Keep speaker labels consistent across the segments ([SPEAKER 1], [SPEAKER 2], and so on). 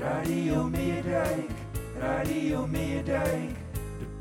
[SPEAKER 1] Radio Meerdijk, Radio Meerdijk, de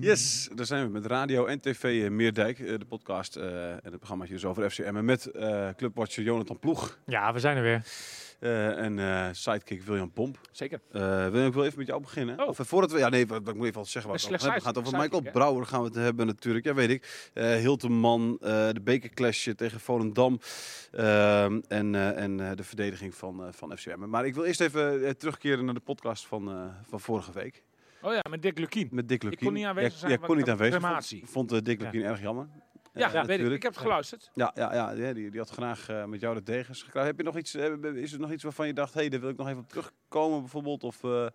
[SPEAKER 2] Yes, daar zijn we met radio en tv eh, Meerdijk, eh, de podcast eh, en het programma hier zo over FCM. Met eh clubwatcher Jonathan Ploeg
[SPEAKER 3] Ja, we zijn er weer.
[SPEAKER 2] eh, en eh, sidekick William Pomp.
[SPEAKER 3] Zeker.
[SPEAKER 2] Eh, William, ik wil even met jou beginnen.
[SPEAKER 3] Oh.
[SPEAKER 2] Of, eh, voordat we, ja, nee, wat- wat- ik moet even wat zeggen. Waar
[SPEAKER 3] Een
[SPEAKER 2] we het over
[SPEAKER 3] slecht
[SPEAKER 2] hebben. We gaan het over
[SPEAKER 3] sidekick,
[SPEAKER 2] Michael Brouwer gaan we het hebben natuurlijk. Ja, weet ik. Eh Hilteman, eh de bekerclash tegen Volendam ehm, en, eh, en eh, de verdediging van, eh, van FCM. Maar ik wil eerst even eh, terugkeren naar de podcast van, eh, van vorige week.
[SPEAKER 4] Oh ja, met Dick Lukien.
[SPEAKER 2] Met Dick Lukien.
[SPEAKER 4] kon niet aanwezig
[SPEAKER 2] Ja,
[SPEAKER 4] zijn,
[SPEAKER 2] ja,
[SPEAKER 4] want
[SPEAKER 2] kon
[SPEAKER 4] ik
[SPEAKER 2] niet
[SPEAKER 4] had
[SPEAKER 2] aanwezig.
[SPEAKER 4] crematie.
[SPEAKER 2] Vond, vond eh, Dick
[SPEAKER 3] Ja.
[SPEAKER 2] Lukien erg jammer.
[SPEAKER 4] Ja,
[SPEAKER 2] Eh,
[SPEAKER 4] dat weet ik.
[SPEAKER 2] natuurlijk.
[SPEAKER 4] Ik heb het geluisterd.
[SPEAKER 2] Ja, ja, ja die, die- die had graag eh, met jou de degens gekregen. Heb je nog iets, eh, is er nog iets waarvan je dacht, hé, hey, daar wil ik nog even op terugkomen bijvoorbeeld? Of, eh,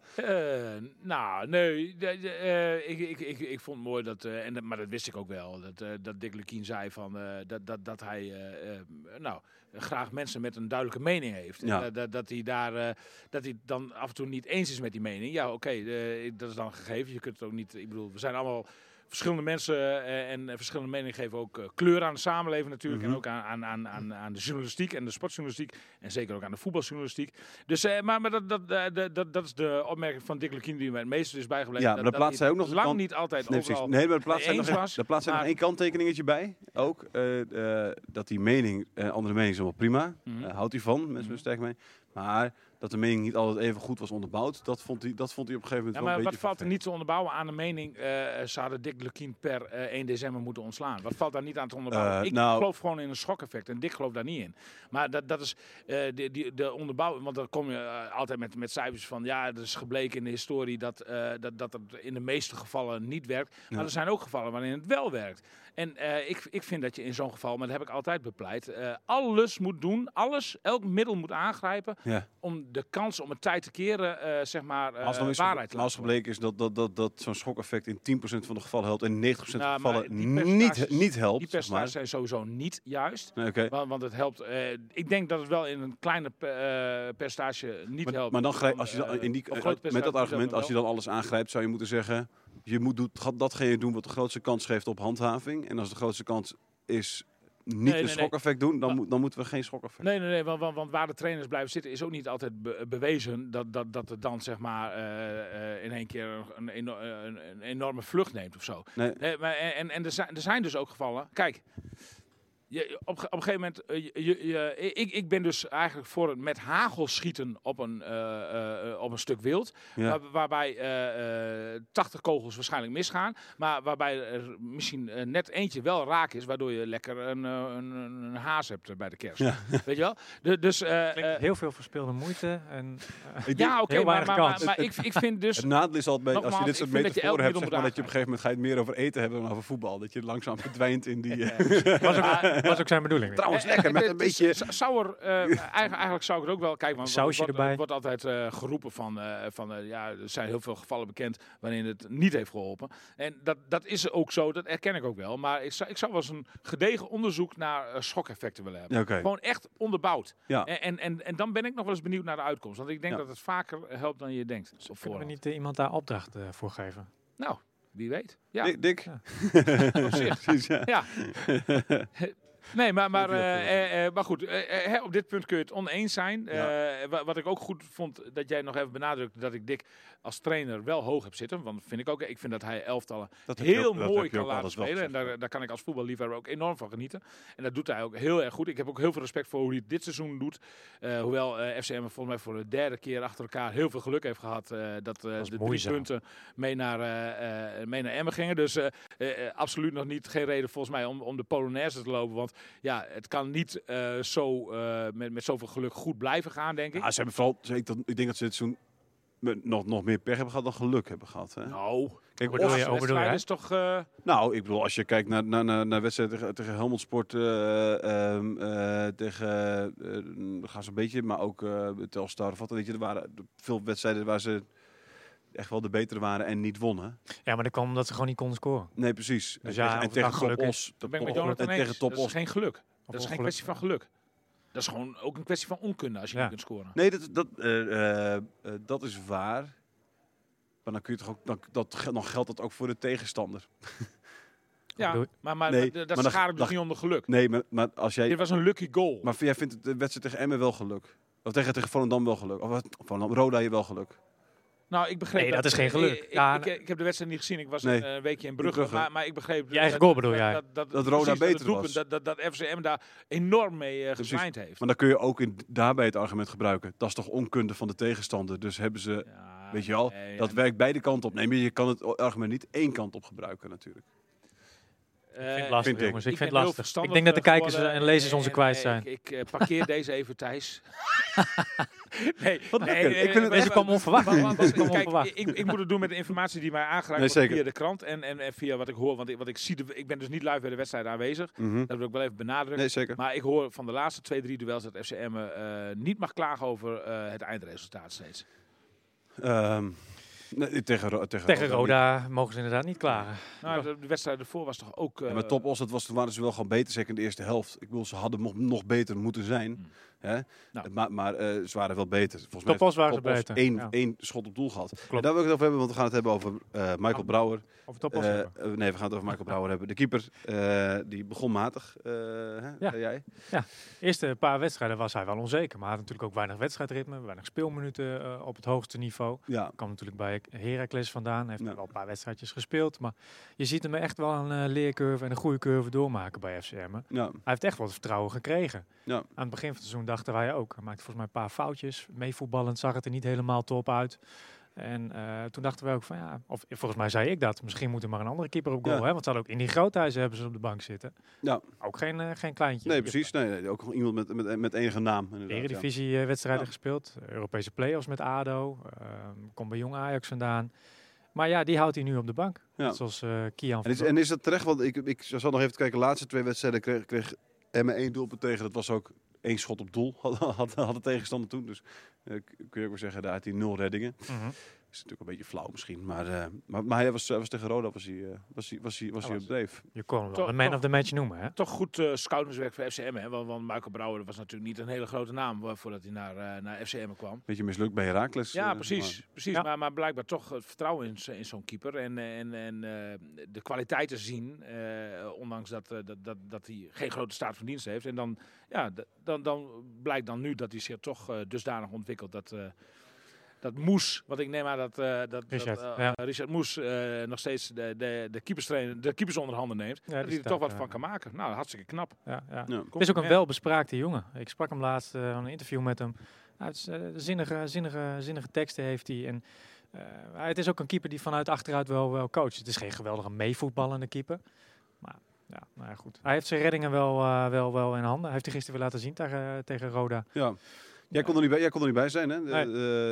[SPEAKER 4] Eh, nou, nee. de- de- eh, ik, ik, ik, ik vond het mooi dat, eh, en dat, maar dat wist ik ook wel, dat, eh, dat Dick Lukien zei van, eh, dat, dat, dat hij eh, eh, nou, graag mensen met een duidelijke mening heeft. En
[SPEAKER 2] Ja.
[SPEAKER 4] Dat, dat, dat hij daar, eh, dat hij het dan af en toe niet eens is met die mening. Ja, oké, eh, dat is dan gegeven. Je kunt het ook niet, ik bedoel, we zijn allemaal verschillende mensen eh, en eh, verschillende meningen geven ook eh, kleur aan de samenleving natuurlijk.
[SPEAKER 2] Mhm.
[SPEAKER 4] En ook aan, aan, aan, aan, aan de journalistiek en de sportjournalistiek. En zeker ook aan de voetbaljournalistiek. Dus, eh, maar maar dat, dat, eh, dat, dat, dat is de opmerking van Dick Lukien die mij het meest is bijgebleven.
[SPEAKER 2] Ja, maar daar plaatst
[SPEAKER 4] hij
[SPEAKER 2] hij ook nog de
[SPEAKER 4] lang
[SPEAKER 2] kant-
[SPEAKER 4] niet altijd
[SPEAKER 2] nee, precies.
[SPEAKER 4] overal.
[SPEAKER 2] nee, maar daar plaatst hij nog,
[SPEAKER 4] eens
[SPEAKER 2] één-
[SPEAKER 4] was,
[SPEAKER 2] daar plaatst hij nog
[SPEAKER 4] maar-
[SPEAKER 2] één kanttekeningetje bij. Ook eh, eh, dat die mening, eh, andere mening is allemaal prima.
[SPEAKER 4] Mhm.
[SPEAKER 2] Eh, houdt hij van, mensen
[SPEAKER 4] Mhm.
[SPEAKER 2] mm sterk mee. Maar dat de mening niet altijd even goed was onderbouwd, dat vond hij, dat vond hij op een gegeven
[SPEAKER 4] Ja,
[SPEAKER 2] moment wel
[SPEAKER 4] maar
[SPEAKER 2] een
[SPEAKER 4] wat
[SPEAKER 2] beetje
[SPEAKER 4] valt er
[SPEAKER 2] vervelend.
[SPEAKER 4] niet te onderbouwen aan de mening? eh ze hadden Dick Lukien per eh, 1 december moeten ontslaan. Wat valt daar niet aan te onderbouwen?
[SPEAKER 2] Eh,
[SPEAKER 4] ik
[SPEAKER 2] nou-
[SPEAKER 4] geloof gewoon in een schokeffect en Dick gelooft daar niet in. Maar dat, dat is eh de, die, de onderbouwing, want dan kom je eh, altijd met, met cijfers van ja, het is gebleken in de historie dat, eh dat, dat het in de meeste gevallen niet werkt. Maar
[SPEAKER 2] Ja.
[SPEAKER 4] er zijn ook gevallen waarin het wel werkt. En eh, ik, ik vind dat je in zo'n geval, maar dat heb ik altijd bepleit, eh, alles moet doen, alles, elk middel moet aangrijpen
[SPEAKER 2] Ja.
[SPEAKER 4] om de kans om het tijd te keren, eh, zeg maar, eh,
[SPEAKER 2] Maar als, dan is,
[SPEAKER 4] waarheid te
[SPEAKER 2] maar als
[SPEAKER 4] laten worden.
[SPEAKER 2] gebleken is dat, dat, dat, dat zo'n schokeffect in 10% van de gevallen helpt en 90% van de
[SPEAKER 4] Nou, maar
[SPEAKER 2] gevallen
[SPEAKER 4] die percentages-
[SPEAKER 2] niet, niet helpt.
[SPEAKER 4] Die
[SPEAKER 2] zeg maar.
[SPEAKER 4] percentages zijn sowieso niet juist.
[SPEAKER 2] Nee, oké.
[SPEAKER 4] wa- Want, het helpt. eh, ik denk dat het wel in een kleine pe- eh, percentage niet
[SPEAKER 2] Maar,
[SPEAKER 4] helpt.
[SPEAKER 2] maar dan grijp, als je dan,
[SPEAKER 4] Eh,
[SPEAKER 2] in die,
[SPEAKER 4] een groot
[SPEAKER 2] met dat
[SPEAKER 4] percentage
[SPEAKER 2] argument,
[SPEAKER 4] wel.
[SPEAKER 2] als je dan alles aangrijpt, zou je moeten zeggen: je moet doet, gaat datgene doen wat de grootste kans geeft op handhaving. En als de grootste kans is niet
[SPEAKER 4] nee,
[SPEAKER 2] een
[SPEAKER 4] nee.
[SPEAKER 2] schokeffect doen, dan,
[SPEAKER 4] Maar-
[SPEAKER 2] moet- dan moeten we geen schokeffect.
[SPEAKER 4] Nee, nee, nee, want, want, want waar de trainers blijven zitten is ook niet altijd be- bewezen dat, dat, dat het dan zeg maar eh, eh, in één keer een, eno- een, een enorme vlucht neemt of zo.
[SPEAKER 2] Nee.
[SPEAKER 4] Nee, maar en en, en er, zijn, er zijn dus ook gevallen. Kijk, je, op, ge- op een gegeven moment. eh, je, je, je- ik, ik ben dus eigenlijk voor het met hagel schieten op een, eh, eh, op een stuk wild.
[SPEAKER 2] Ja.
[SPEAKER 4] waar- waarbij eh, eh, 80 kogels waarschijnlijk misgaan. Maar waarbij er misschien eh, net eentje wel raak is. Waardoor je lekker een, eh, een, een, een haas hebt eh, bij de kerst.
[SPEAKER 2] Ja.
[SPEAKER 4] Weet je wel? De- dus. eh,
[SPEAKER 3] Klinkt
[SPEAKER 4] eh,
[SPEAKER 3] heel veel verspilde moeite. En,
[SPEAKER 2] Ik denk-
[SPEAKER 4] ja, oké,
[SPEAKER 3] heel
[SPEAKER 4] maar,
[SPEAKER 3] weinig
[SPEAKER 4] maar, maar,
[SPEAKER 3] kans.
[SPEAKER 4] maar ik, ik vind dus.
[SPEAKER 2] het nadeel is altijd, bij- als je
[SPEAKER 4] Nogmaals,
[SPEAKER 2] dit
[SPEAKER 4] ik
[SPEAKER 2] soort
[SPEAKER 4] vind dat je elk
[SPEAKER 2] metaforen hebt, zeg
[SPEAKER 4] middel
[SPEAKER 2] maar, dat
[SPEAKER 4] moet
[SPEAKER 2] je op een gegeven moment ga je het meer over eten hebben dan over voetbal. Dat je langzaam verdwijnt in die... eh,
[SPEAKER 3] was,
[SPEAKER 4] Ah,
[SPEAKER 3] ook, was ook zijn bedoeling.
[SPEAKER 2] Trouwens,
[SPEAKER 4] Eh,
[SPEAKER 2] lekker,
[SPEAKER 4] eh,
[SPEAKER 2] met
[SPEAKER 4] het
[SPEAKER 2] een
[SPEAKER 4] is-
[SPEAKER 2] beetje...
[SPEAKER 4] z- Zou er, eh, eigenlijk, eigenlijk zou ik het ook wel kijken. Want
[SPEAKER 3] Sausje
[SPEAKER 4] wordt,
[SPEAKER 3] erbij.
[SPEAKER 4] wordt altijd eh, geroepen van, eh, van eh, ja, er zijn heel veel gevallen bekend waarin het niet heeft geholpen. En dat, dat is ook zo, dat erken ik ook wel. Maar ik zou, ik zou wel eens een gedegen onderzoek naar eh, schokeffecten willen hebben.
[SPEAKER 2] Ja, oké.
[SPEAKER 4] Gewoon echt onderbouwd.
[SPEAKER 2] Ja.
[SPEAKER 4] En, en, en, en dan ben ik nog wel eens benieuwd naar de uitkomst. Want ik denk
[SPEAKER 2] Ja.
[SPEAKER 4] dat het vaker helpt dan je denkt. Op
[SPEAKER 3] Kunnen we
[SPEAKER 4] voorhand.
[SPEAKER 3] niet eh, iemand daar opdracht eh, voor geven?
[SPEAKER 4] Nou, wie weet. Ja,
[SPEAKER 2] Dik, Dik?
[SPEAKER 3] Ja.
[SPEAKER 2] Precies, ja.
[SPEAKER 4] Ja. Nee, maar, maar,
[SPEAKER 2] Dat wil ik
[SPEAKER 4] eh,
[SPEAKER 2] heel
[SPEAKER 4] eh, eh, maar goed, eh, eh, hè, op dit punt kun je het oneens zijn.
[SPEAKER 2] Ja.
[SPEAKER 4] Eh, wa- wat ik ook goed vond, dat jij nog even benadrukt dat ik Dick als trainer wel hoog heb zitten. Want vind ik ook, ik vind dat hij elftallen
[SPEAKER 2] Dat heb je
[SPEAKER 4] heel
[SPEAKER 2] ook- dat heb
[SPEAKER 4] mooi
[SPEAKER 2] je
[SPEAKER 4] kan
[SPEAKER 2] ook
[SPEAKER 4] laten
[SPEAKER 2] alles wel
[SPEAKER 4] spelen. En
[SPEAKER 2] gezegd.
[SPEAKER 4] daar, daar kan ik als voetballiefhebber ook enorm van genieten. En dat doet hij ook heel erg goed. Ik heb ook heel veel respect voor hoe hij het dit seizoen doet. Eh, hoewel eh FCM volgens mij voor de derde keer achter elkaar heel veel geluk heeft gehad. eh, dat eh,
[SPEAKER 3] Dat is
[SPEAKER 4] de drie
[SPEAKER 3] moeizaam.
[SPEAKER 4] punten mee naar, eh, eh, mee naar Emmen gingen. Dus eh, eh, eh, absoluut nog niet, geen reden volgens mij om, om de Polonaise te lopen. Want ja, het kan niet eh, zo, eh, met, met zoveel geluk goed blijven gaan, denk ik.
[SPEAKER 2] Ja, ze hebben vooral, ze- ik, dat- ik denk dat ze dit seizoen met- nog, nog meer pech hebben gehad dan geluk hebben gehad. Hè?
[SPEAKER 4] Nou,
[SPEAKER 2] Kijk,
[SPEAKER 3] Bedoel
[SPEAKER 2] of-
[SPEAKER 3] je- oh, bedoel je, hè?
[SPEAKER 4] is toch... eh,
[SPEAKER 2] nou, ik bedoel, als je kijkt naar, naar, naar, naar wedstrijden tegen, tegen Helmond Sport, eh, ehm, eh, tegen eh, gaan ze een beetje, maar ook eh, Telstar of wat, weet je, er waren veel wedstrijden waar ze echt wel de betere waren en niet wonnen.
[SPEAKER 3] Ja, maar dat kwam omdat ze gewoon niet konden scoren.
[SPEAKER 2] Nee, precies.
[SPEAKER 3] Dus ja,
[SPEAKER 2] en,
[SPEAKER 3] of
[SPEAKER 2] tegen-
[SPEAKER 3] het
[SPEAKER 2] en tegen
[SPEAKER 3] nou geluk
[SPEAKER 2] Top
[SPEAKER 3] is,
[SPEAKER 2] Os.
[SPEAKER 4] Dan ben ik
[SPEAKER 2] Top
[SPEAKER 4] met
[SPEAKER 2] Os-
[SPEAKER 4] Jonathan
[SPEAKER 2] en
[SPEAKER 4] eens. Dus,
[SPEAKER 2] tegen Top
[SPEAKER 4] Dat is
[SPEAKER 2] Os.
[SPEAKER 4] geen geluk.
[SPEAKER 3] Of
[SPEAKER 4] Dat is geen
[SPEAKER 3] ongeluk.
[SPEAKER 4] kwestie van geluk. Dat is gewoon ook een kwestie van onkunde als je
[SPEAKER 3] Ja.
[SPEAKER 4] niet kunt scoren.
[SPEAKER 2] Nee, dat, dat, eh, eh, eh, dat is waar. Maar dan kun je toch ook, dan, dat, gel- dan geldt dat ook voor de tegenstander.
[SPEAKER 4] Ja,
[SPEAKER 3] bedoel-
[SPEAKER 4] maar, maar, maar
[SPEAKER 2] Nee,
[SPEAKER 4] dat- dat
[SPEAKER 2] maar dan-
[SPEAKER 4] schaar ik dus
[SPEAKER 2] dan-
[SPEAKER 4] niet onder geluk.
[SPEAKER 2] Nee, maar, maar als jij.
[SPEAKER 4] Dit was een lucky goal.
[SPEAKER 2] Maar jij vindt de wedstrijd tegen Emmen wel geluk? Of tegen, tegen Volendam wel geluk? Of wat- Volendam, Roda je wel geluk?
[SPEAKER 4] nou, ik begreep
[SPEAKER 3] Nee, dat is geen geluk.
[SPEAKER 4] Ik, ik-
[SPEAKER 3] Ja,
[SPEAKER 4] ik, ik heb de wedstrijd niet gezien. Ik was
[SPEAKER 2] Nee.
[SPEAKER 4] een eh, weekje in Brugge.
[SPEAKER 2] Brugge.
[SPEAKER 4] Maar, maar ik begreep...
[SPEAKER 3] Je eigen goal bedoel jij?
[SPEAKER 2] Dat Roda
[SPEAKER 4] precies,
[SPEAKER 2] beter
[SPEAKER 4] het doelpunt,
[SPEAKER 2] was.
[SPEAKER 4] Dat, dat, dat FCM daar enorm mee eh gezwaaid heeft.
[SPEAKER 2] Maar dan kun je ook in, daarbij het argument gebruiken. Dat is toch onkunde van de tegenstander. Dus hebben ze,
[SPEAKER 4] Ja,
[SPEAKER 2] weet je wel,
[SPEAKER 4] nee,
[SPEAKER 2] dat
[SPEAKER 4] en-
[SPEAKER 2] werkt beide kanten op. Nee, maar je kan het argument niet één kant op gebruiken natuurlijk.
[SPEAKER 3] Ik vind
[SPEAKER 4] eh,
[SPEAKER 3] het lastig,
[SPEAKER 2] vind ik.
[SPEAKER 3] jongens. Ik,
[SPEAKER 4] ben
[SPEAKER 3] vind
[SPEAKER 4] heel
[SPEAKER 3] het lastig.
[SPEAKER 4] verstandig,
[SPEAKER 3] Ik denk dat de
[SPEAKER 4] eh,
[SPEAKER 3] kijkers
[SPEAKER 4] geworden
[SPEAKER 3] en lezers ons
[SPEAKER 4] en,
[SPEAKER 3] er kwijt
[SPEAKER 4] eh,
[SPEAKER 3] zijn.
[SPEAKER 4] Ik, ik, eh, parkeer deze even, Thijs. nee,
[SPEAKER 2] Wat
[SPEAKER 4] nee,
[SPEAKER 2] lekker.
[SPEAKER 4] eh,
[SPEAKER 2] Ik vind het-
[SPEAKER 4] maar-
[SPEAKER 3] Deze kwam onverwacht.
[SPEAKER 4] maar- maar-
[SPEAKER 3] Deze kwam
[SPEAKER 4] kijk,
[SPEAKER 3] onverwacht.
[SPEAKER 4] Ik, ik moet het doen met de informatie die mij aangeraakt
[SPEAKER 2] Nee,
[SPEAKER 4] wordt
[SPEAKER 2] zeker.
[SPEAKER 4] via de krant en, en, en via wat ik hoor. Want ik, wat ik, zie de, ik ben dus niet live bij de wedstrijd aanwezig. Dat wil ik wel even benadrukken.
[SPEAKER 2] Mhm. Nee, zeker.
[SPEAKER 4] Maar ik hoor van de laatste twee, drie duels dat FCM eh niet mag klagen over eh, het eindresultaat steeds.
[SPEAKER 2] Ehm, nee, tegen, Ro- tegen,
[SPEAKER 3] Tegen
[SPEAKER 2] niet.
[SPEAKER 3] Roda mogen ze inderdaad niet klagen.
[SPEAKER 4] Nou, de, de wedstrijd ervoor was toch ook... eh
[SPEAKER 2] Ja, maar Top Os, dat was, toen waren ze wel gewoon beter, zeker in de eerste helft. Ik bedoel, ze hadden nog, nog beter moeten zijn. Hè?
[SPEAKER 4] Nou.
[SPEAKER 2] Maar, maar eh, ze waren wel beter. Volgens
[SPEAKER 3] Hmm. Top Os waren
[SPEAKER 2] heeft
[SPEAKER 3] ze
[SPEAKER 2] Os
[SPEAKER 3] beter,
[SPEAKER 2] Één,
[SPEAKER 3] ja.
[SPEAKER 2] één schot op doel gehad. En daar wil ik het over hebben, want we gaan het hebben over eh, Michael
[SPEAKER 3] Ah.
[SPEAKER 2] Brouwer.
[SPEAKER 3] Of het op
[SPEAKER 2] Eh, eh, nee, we gaan het over Michael Brouwer hebben. De keeper, eh, die begon matig. eh, hè?
[SPEAKER 3] Ja.
[SPEAKER 2] Eh, jij?
[SPEAKER 3] eerste paar wedstrijden was hij wel onzeker. Maar hij had natuurlijk ook weinig wedstrijdritme, weinig speelminuten eh, op het hoogste niveau.
[SPEAKER 2] Ja.
[SPEAKER 3] Kwam natuurlijk bij Heracles vandaan. Heeft
[SPEAKER 2] Ja.
[SPEAKER 3] wel een paar wedstrijdjes gespeeld. Maar je ziet hem echt wel een eh, leercurve en een goede curve doormaken bij FCM. Hij
[SPEAKER 2] ja.
[SPEAKER 3] heeft echt wat vertrouwen gekregen.
[SPEAKER 2] Ja.
[SPEAKER 3] Aan het begin van het seizoen dachten wij ook. Hij maakte volgens mij een paar foutjes. Meevoetballend zag het er niet helemaal top uit. En eh, toen dachten wij ook van ja, of volgens mij zei ik dat. Misschien moet er maar een andere keeper op goal.
[SPEAKER 2] Ja.
[SPEAKER 3] Hè? Want ze hadden ook in die groothuizen hebben ze op de bank zitten.
[SPEAKER 2] Ja.
[SPEAKER 3] Ook geen, eh, geen kleintje.
[SPEAKER 2] Nee, precies. Nee, nee, ook nog iemand met, met, met enige naam. inderdaad, ja.
[SPEAKER 3] Eredivisie-wedstrijden
[SPEAKER 2] Ja.
[SPEAKER 3] eh, gespeeld. Europese play-offs met ADO. ehm komt bij Jong Ajax vandaan. Maar ja, die houdt hij nu op de bank.
[SPEAKER 2] Ja.
[SPEAKER 3] Net Zoals eh Kian
[SPEAKER 2] En is, en is dat terecht? Want ik, ik zat nog even te kijken. De laatste twee wedstrijden kreeg, kreeg Emmen één doelpunt tegen. Dat was ook één schot op doel. Had, had, had de tegenstander toen. Dus eh, k- kun je ook wel zeggen, daar had hij nul reddingen.
[SPEAKER 3] Mhm.
[SPEAKER 2] Is natuurlijk een beetje flauw misschien. Maar, eh, maar, maar hij was, hij was tegen Roda was hij, eh, was hij, was hij, was
[SPEAKER 3] Ja,
[SPEAKER 2] hij op
[SPEAKER 3] was-
[SPEAKER 2] dreef.
[SPEAKER 3] Je kon hem wel
[SPEAKER 4] Toch-
[SPEAKER 3] de man
[SPEAKER 4] toch-
[SPEAKER 3] of the match noemen, hè?
[SPEAKER 4] Toch goed eh scoutingswerk voor FCM. Hè? Want, want Michael Brouwer was natuurlijk niet een hele grote naam eh, voordat hij naar, eh, naar FCM kwam.
[SPEAKER 2] Beetje mislukt bij Heracles.
[SPEAKER 4] Ja,
[SPEAKER 2] eh,
[SPEAKER 4] precies.
[SPEAKER 2] maar-
[SPEAKER 4] precies.
[SPEAKER 3] Ja.
[SPEAKER 4] Maar, maar blijkbaar toch het vertrouwen in, zo- in zo'n keeper. En, eh, en, en eh, de kwaliteiten zien. eh, ondanks dat, eh, dat, dat, dat hij geen grote staat van dienst heeft. En dan, ja, d- dan, dan blijkt dan nu dat hij zich toch eh, dusdanig ontwikkelt dat. eh, dat Moes, want ik neem aan dat, eh, dat
[SPEAKER 3] Richard,
[SPEAKER 4] dat, eh,
[SPEAKER 3] ja.
[SPEAKER 4] Richard Moes eh, nog steeds de, de, de, keeperstrainer, de keepers onder handen neemt.
[SPEAKER 3] die
[SPEAKER 4] dat hij er
[SPEAKER 3] staat,
[SPEAKER 4] toch wat
[SPEAKER 3] ja.
[SPEAKER 4] van kan maken. Nou, hartstikke knap.
[SPEAKER 3] Ja, ja.
[SPEAKER 2] Ja.
[SPEAKER 3] Het is ook een
[SPEAKER 4] Compliment.
[SPEAKER 3] welbespraakte jongen. Ik sprak hem laatst eh, aan een interview met hem. Hij heeft, eh, zinnige, zinnige, zinnige teksten heeft hij. En, eh, hij- het is ook een keeper die vanuit achteruit wel, wel coacht. Het is geen geweldige meevoetballende keeper. Maar ja, nou ja, goed. Hij heeft zijn reddingen wel, eh, wel, wel in handen. Hij heeft hij gisteren weer laten zien tegen, tegen Roda.
[SPEAKER 2] Ja. Jij kon, er niet bij, jij kon er niet bij zijn, hè? De-
[SPEAKER 3] Nee.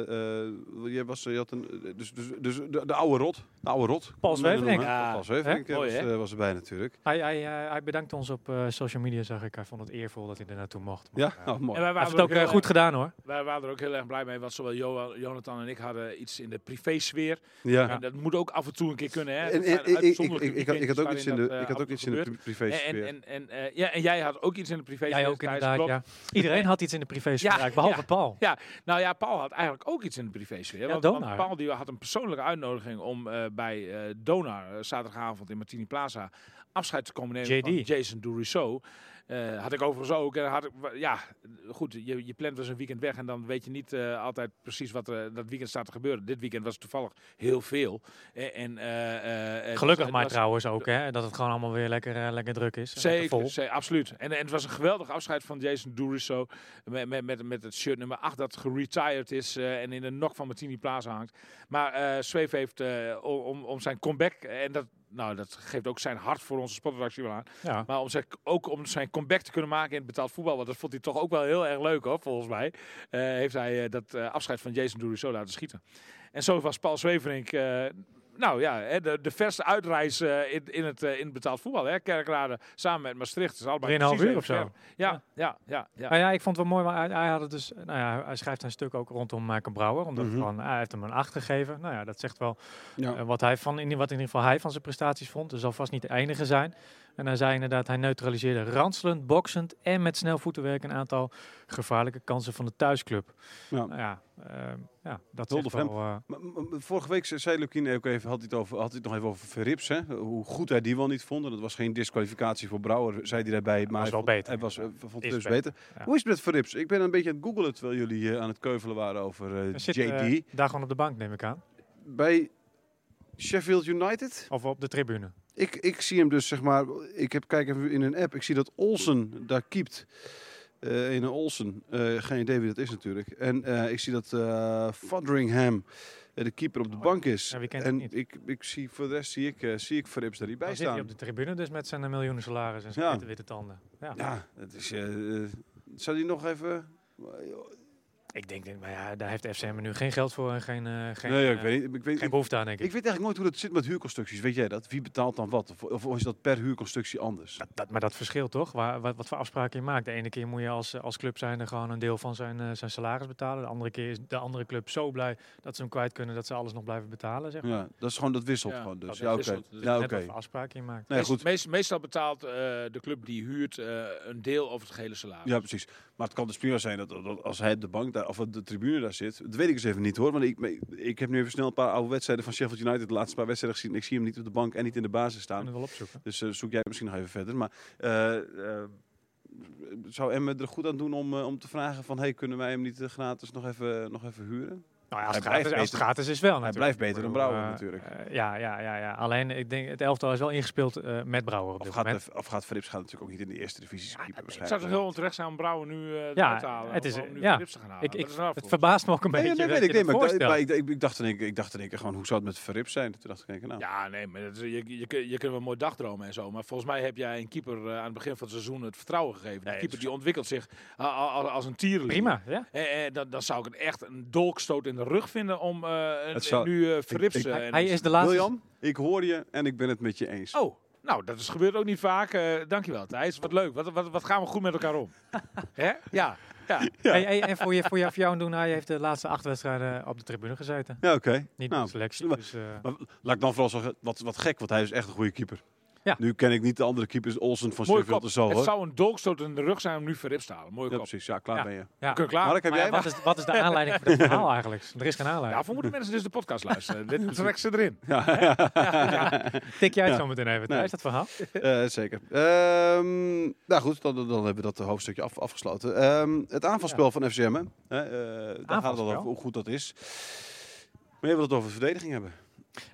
[SPEAKER 2] eh, eh, jij was, je had een, dus dus, dus de, de oude rot. De oude rot.
[SPEAKER 3] Paul Zweverink.
[SPEAKER 4] Ja.
[SPEAKER 2] Ja. Paul Zweverink
[SPEAKER 4] Hè?
[SPEAKER 2] eh, was,
[SPEAKER 4] Mooi, hè?
[SPEAKER 2] eh, was erbij natuurlijk.
[SPEAKER 3] Hij, hij, eh, hij bedankt ons op eh, social media, zag ik. Hij vond het eervol dat hij er naartoe mocht. Maar,
[SPEAKER 2] Ja,
[SPEAKER 3] eh,
[SPEAKER 2] nou, mooi.
[SPEAKER 4] En wij
[SPEAKER 3] hij
[SPEAKER 4] waren
[SPEAKER 3] heeft
[SPEAKER 4] er
[SPEAKER 3] het ook eh,
[SPEAKER 4] heel
[SPEAKER 3] goed gedaan hoor.
[SPEAKER 4] Wij waren er ook heel erg blij mee, want zowel Johan, Jonathan en ik hadden iets in de privésfeer.
[SPEAKER 2] Ja.
[SPEAKER 4] En dat moet ook af en toe een keer kunnen, hè?
[SPEAKER 2] En, en-
[SPEAKER 4] Dat zijn
[SPEAKER 2] ik, ik, ik,
[SPEAKER 4] uitzonderlijke
[SPEAKER 2] ik, had- ik had ook
[SPEAKER 4] weekendjes
[SPEAKER 2] iets in de,
[SPEAKER 4] waarin
[SPEAKER 2] ik had
[SPEAKER 4] dat,
[SPEAKER 2] ook
[SPEAKER 4] eh,
[SPEAKER 2] iets in de
[SPEAKER 4] af en toe
[SPEAKER 2] pri- privésfeer.
[SPEAKER 4] gebeurt. En, en, en, eh, ja, en jij had ook iets in de privésfeer.
[SPEAKER 3] Jij ook
[SPEAKER 4] Thijs,
[SPEAKER 3] inderdaad,
[SPEAKER 4] klopt.
[SPEAKER 3] ja. Iedereen had iets in de privé
[SPEAKER 4] Ja,
[SPEAKER 3] spraak, behalve
[SPEAKER 4] ja.
[SPEAKER 3] Paul.
[SPEAKER 4] Ja, nou ja, Paul had eigenlijk ook iets in de privésfeer.
[SPEAKER 3] Ja,
[SPEAKER 4] want, want
[SPEAKER 3] Donar.
[SPEAKER 4] Paul die had een persoonlijke uitnodiging om eh, bij eh, Donar eh, zaterdagavond in Martini Plaza afscheid te komen nemen
[SPEAKER 3] JD.
[SPEAKER 4] van Jason Durisso. Eh, had ik overigens ook. En had ik, wa- ja, goed, je, je plant dus een weekend weg en dan weet je niet eh, altijd precies wat er dat weekend staat te gebeuren. Dit weekend was het toevallig heel veel. En, en, eh, eh, het-
[SPEAKER 3] Gelukkig
[SPEAKER 4] het
[SPEAKER 3] maar
[SPEAKER 4] was-
[SPEAKER 3] trouwens ook, hè, dat het gewoon allemaal weer lekker, eh, lekker druk is. en lekker
[SPEAKER 4] Zeker,
[SPEAKER 3] vol.
[SPEAKER 4] zeker, absoluut. En, en het was een geweldig afscheid van Jason Duriso. Met, met, met, met het shirt nummer 8 dat geretired is eh, en in de nok van Martini Plaza hangt. Maar eh Zweef heeft eh, om- om, om zijn comeback, en dat, nou, dat geeft ook zijn hart voor onze sportredactie wel aan.
[SPEAKER 3] Ja.
[SPEAKER 4] Maar om zijn, ook om zijn comeback te kunnen maken in het betaald voetbal. Want dat vond hij toch ook wel heel erg leuk hoor, volgens mij. eh, heeft hij eh, dat eh, afscheid van Jason Duriso laten schieten. En zo was Paul Zweverink. eh, nou ja, hè, de, de verste uitreis eh, in, in, het, eh, in het betaald voetbal. Hè? Kerkrade samen met Maastricht. Dus allebei
[SPEAKER 3] Drieënhalf
[SPEAKER 4] precies
[SPEAKER 3] uur of
[SPEAKER 4] even
[SPEAKER 3] zo.
[SPEAKER 4] ver. Ja, ja, ja. ja.
[SPEAKER 3] Nou ja, ik vond het wel mooi, maar hij, hij had het dus, nou ja, hij schrijft een stuk ook rondom Michael Brouwer, omdat
[SPEAKER 2] Mhm.
[SPEAKER 3] gewoon, hij heeft hem een 8 gegeven. Nou ja, dat zegt wel
[SPEAKER 2] Ja.
[SPEAKER 3] eh, wat, hij van, in, wat in ieder geval hij van zijn prestaties vond. Er zal vast niet de enige zijn. En hij zei inderdaad, hij neutraliseerde ranselend, boksend en met snel voetenwerk een aantal gevaarlijke kansen van de thuisclub.
[SPEAKER 2] Ja.
[SPEAKER 3] Nou ja, ehm, ja dat
[SPEAKER 2] Hulde
[SPEAKER 3] zegt wel...
[SPEAKER 2] van
[SPEAKER 3] eh,
[SPEAKER 2] Maar- maar- maar Vorige week ze- zei Lukien ook even, had hij, het over, had hij het nog even over Verrips. Hè? Hoe goed hij die wel niet vond. En dat was geen disqualificatie voor Brouwer, zei hij daarbij. Maar
[SPEAKER 3] was
[SPEAKER 2] hij
[SPEAKER 3] wel
[SPEAKER 2] vond-
[SPEAKER 3] beter.
[SPEAKER 2] Hij was, eh, vond
[SPEAKER 3] Is
[SPEAKER 2] het dus
[SPEAKER 3] beter,
[SPEAKER 2] beter.
[SPEAKER 3] ja.
[SPEAKER 2] Hoe is het met Verrips? Ik ben een beetje aan het googelen terwijl jullie eh, aan het keuvelen waren over eh,
[SPEAKER 3] hij zit
[SPEAKER 2] JD.
[SPEAKER 3] eh, daar gewoon op de bank, neem ik aan.
[SPEAKER 2] Bij Sheffield United?
[SPEAKER 3] Of op de tribune.
[SPEAKER 2] Ik, ik zie hem dus, zeg maar, ik heb kijk even in een app. Ik zie dat Olsen daar kiept. Eh in Olsen. Eh, geen idee wie dat is natuurlijk. En eh, ik zie dat eh Fodringham eh, de keeper op de bank is.
[SPEAKER 3] Oh, Ja, wie kent
[SPEAKER 2] en
[SPEAKER 3] het niet?
[SPEAKER 2] ik, ik zie voor de rest zie ik, eh, zie ik Verrips daar niet bij
[SPEAKER 3] Dan zit hij
[SPEAKER 2] staan.
[SPEAKER 3] op de tribune dus met zijn eh, miljoenen salaris en zijn
[SPEAKER 2] Ja.
[SPEAKER 3] witte, witte tanden. Ja.
[SPEAKER 2] Ja, dat is. eh, eh, zou die nog even.
[SPEAKER 3] Ik denk, denk, maar ja, daar heeft FCM nu geen geld voor en geen, eh, geen,
[SPEAKER 2] nee, ja, ik
[SPEAKER 3] eh,
[SPEAKER 2] weet niet. Ik weet,
[SPEAKER 3] geen
[SPEAKER 2] ik,
[SPEAKER 3] behoefte aan, denk ik.
[SPEAKER 2] ik weet eigenlijk nooit hoe dat zit met huurconstructies. Weet jij dat? Wie betaalt dan wat? Of, of is dat per huurconstructie anders?
[SPEAKER 3] Dat, maar dat verschilt toch? Waar, wat, wat voor afspraken je maakt. De ene keer moet je als, eh, als club zijn er gewoon een deel van zijn, eh, zijn salaris betalen. De andere keer is de andere club zo blij dat ze hem kwijt kunnen dat ze alles nog blijven betalen. Zeg. maar.
[SPEAKER 2] Ja, dat is gewoon dat wisselt
[SPEAKER 4] Ja,
[SPEAKER 2] gewoon. Dus
[SPEAKER 4] dat
[SPEAKER 2] ja, oké.
[SPEAKER 4] wisselt. Dus
[SPEAKER 2] Ja,
[SPEAKER 3] Net
[SPEAKER 2] oké.
[SPEAKER 3] wat voor afspraken je maakt.
[SPEAKER 2] Nee, goed.
[SPEAKER 4] Meest- meestal betaalt eh, de club die huurt eh, een deel of het gehele salaris.
[SPEAKER 2] Ja, precies. Maar het kan dus prima zijn dat, dat als hij op de bank daar, of op de tribune daar zit. Dat weet ik dus even niet hoor. Want ik, ik heb nu even snel een paar oude wedstrijden van Sheffield United, de laatste paar wedstrijden gezien. Ik zie hem niet op de bank en niet in de basis
[SPEAKER 3] We kunnen
[SPEAKER 2] staan.
[SPEAKER 3] we wel opzoeken.
[SPEAKER 2] Dus eh, zoek jij misschien nog even verder. Maar eh, eh, zou Emmen er goed aan doen om, eh, om te vragen van... Hey, kunnen wij hem niet eh, gratis nog even, nog even huren?
[SPEAKER 3] Nou ja, als,
[SPEAKER 2] Hij
[SPEAKER 3] het
[SPEAKER 2] blijft
[SPEAKER 3] gratis, als het
[SPEAKER 2] beter.
[SPEAKER 3] gratis is wel natuurlijk.
[SPEAKER 2] blijft beter
[SPEAKER 3] Ik
[SPEAKER 2] dan
[SPEAKER 3] bedoel,
[SPEAKER 2] Brouwer
[SPEAKER 3] eh,
[SPEAKER 2] natuurlijk.
[SPEAKER 3] eh, ja, ja, ja, ja, alleen ik denk het elftal is wel ingespeeld eh, met Brouwer op
[SPEAKER 2] Of
[SPEAKER 3] dit
[SPEAKER 2] gaat,
[SPEAKER 3] moment.
[SPEAKER 2] de- of gaat Verrips gaat natuurlijk ook niet in de eerste divisie keeper
[SPEAKER 4] Het zou
[SPEAKER 2] waarschijnlijk.
[SPEAKER 4] toch heel onterecht zijn om Brouwer nu eh
[SPEAKER 3] Ja,
[SPEAKER 4] eruit te halen.
[SPEAKER 3] het is-
[SPEAKER 4] of om nu
[SPEAKER 3] ja.
[SPEAKER 4] Philips te gaan halen.
[SPEAKER 3] Ik,
[SPEAKER 4] Dat
[SPEAKER 3] ik,
[SPEAKER 4] is raar
[SPEAKER 3] het
[SPEAKER 4] voor.
[SPEAKER 3] verbaast me ook een
[SPEAKER 2] Nee,
[SPEAKER 3] beetje
[SPEAKER 2] ja, nee,
[SPEAKER 3] dat
[SPEAKER 2] weet ik,
[SPEAKER 3] je
[SPEAKER 2] nee,
[SPEAKER 3] dat
[SPEAKER 2] maar ik,
[SPEAKER 3] voorstelt.
[SPEAKER 2] dacht- maar ik, ik, ik dacht in één keer- ik dacht in één keer gewoon, hoe zou het met Verrips zijn? Toen dacht ik in één keer, nou...
[SPEAKER 4] Ja, nee, maar dat, is- je, je, kun- je kunt wel mooi dagdromen en zo. Maar volgens mij heb jij een keeper eh, aan het begin van het seizoen het vertrouwen gegeven. een keeper die ontwikkelt zich eh, a- a- a- als een tierenlier.
[SPEAKER 3] Prima, ja.
[SPEAKER 4] Eh, eh, dan, dan zou ik het echt een dolkstoot in de rug vinden om eh, een-
[SPEAKER 2] Het zou-
[SPEAKER 4] nu eh Verrips...
[SPEAKER 2] ik-
[SPEAKER 4] eh,
[SPEAKER 3] Hij,
[SPEAKER 4] en-
[SPEAKER 3] hij is de laatste.
[SPEAKER 2] William, ik hoor je en ik ben het met je eens.
[SPEAKER 4] Oh, nou, dat is gebeurd ook niet vaak. Eh dankjewel, Thijs. Wat leuk. Wat, wat, wat gaan we goed met elkaar om. Hè? Ja. Ja.
[SPEAKER 3] Hey, hey, en voor, je, voor, jou, voor jou en doen, hij heeft de laatste acht wedstrijden op de tribune gezeten.
[SPEAKER 2] Ja, oké.
[SPEAKER 3] Niet
[SPEAKER 2] Nou,
[SPEAKER 3] op de selectie.
[SPEAKER 2] maar-
[SPEAKER 3] Dus, eh,
[SPEAKER 2] Maar laat ik dan vooral zeggen, wat, wat gek, want hij is echt een goede keeper.
[SPEAKER 3] Ja.
[SPEAKER 2] Nu ken ik niet de andere keepers, Olsen van
[SPEAKER 4] Mooie
[SPEAKER 2] Sheffield
[SPEAKER 4] kop.
[SPEAKER 2] en zo
[SPEAKER 4] Het
[SPEAKER 2] hoor.
[SPEAKER 4] zou een dolkstoot in de rug zijn om nu Verrips te halen. Mooie
[SPEAKER 2] Ja,
[SPEAKER 4] kop.
[SPEAKER 2] precies. Ja, klaar
[SPEAKER 3] Ja.
[SPEAKER 2] ben je.
[SPEAKER 3] ja.
[SPEAKER 4] Kun je klaar?
[SPEAKER 2] Mark, heb
[SPEAKER 3] Maar
[SPEAKER 2] jij
[SPEAKER 3] ja, wat,
[SPEAKER 2] wat?
[SPEAKER 3] is, wat is de aanleiding voor dat verhaal eigenlijk? Er is geen aanleiding.
[SPEAKER 4] Daarvoor moeten mensen dus de podcast luisteren. Dit trekt ze erin.
[SPEAKER 3] Tik jij het zo meteen even thuis,
[SPEAKER 2] Nee.
[SPEAKER 3] dat verhaal?
[SPEAKER 2] Eh, zeker. Ehm, nou goed, dan, dan hebben we dat eh, hoofdstukje af, afgesloten. Ehm, het aanvalspel van FCM, hè, Eh, daar gaat het al
[SPEAKER 3] Aanvalsspel?
[SPEAKER 2] over hoe goed dat is. Maar je wil het over de verdediging hebben.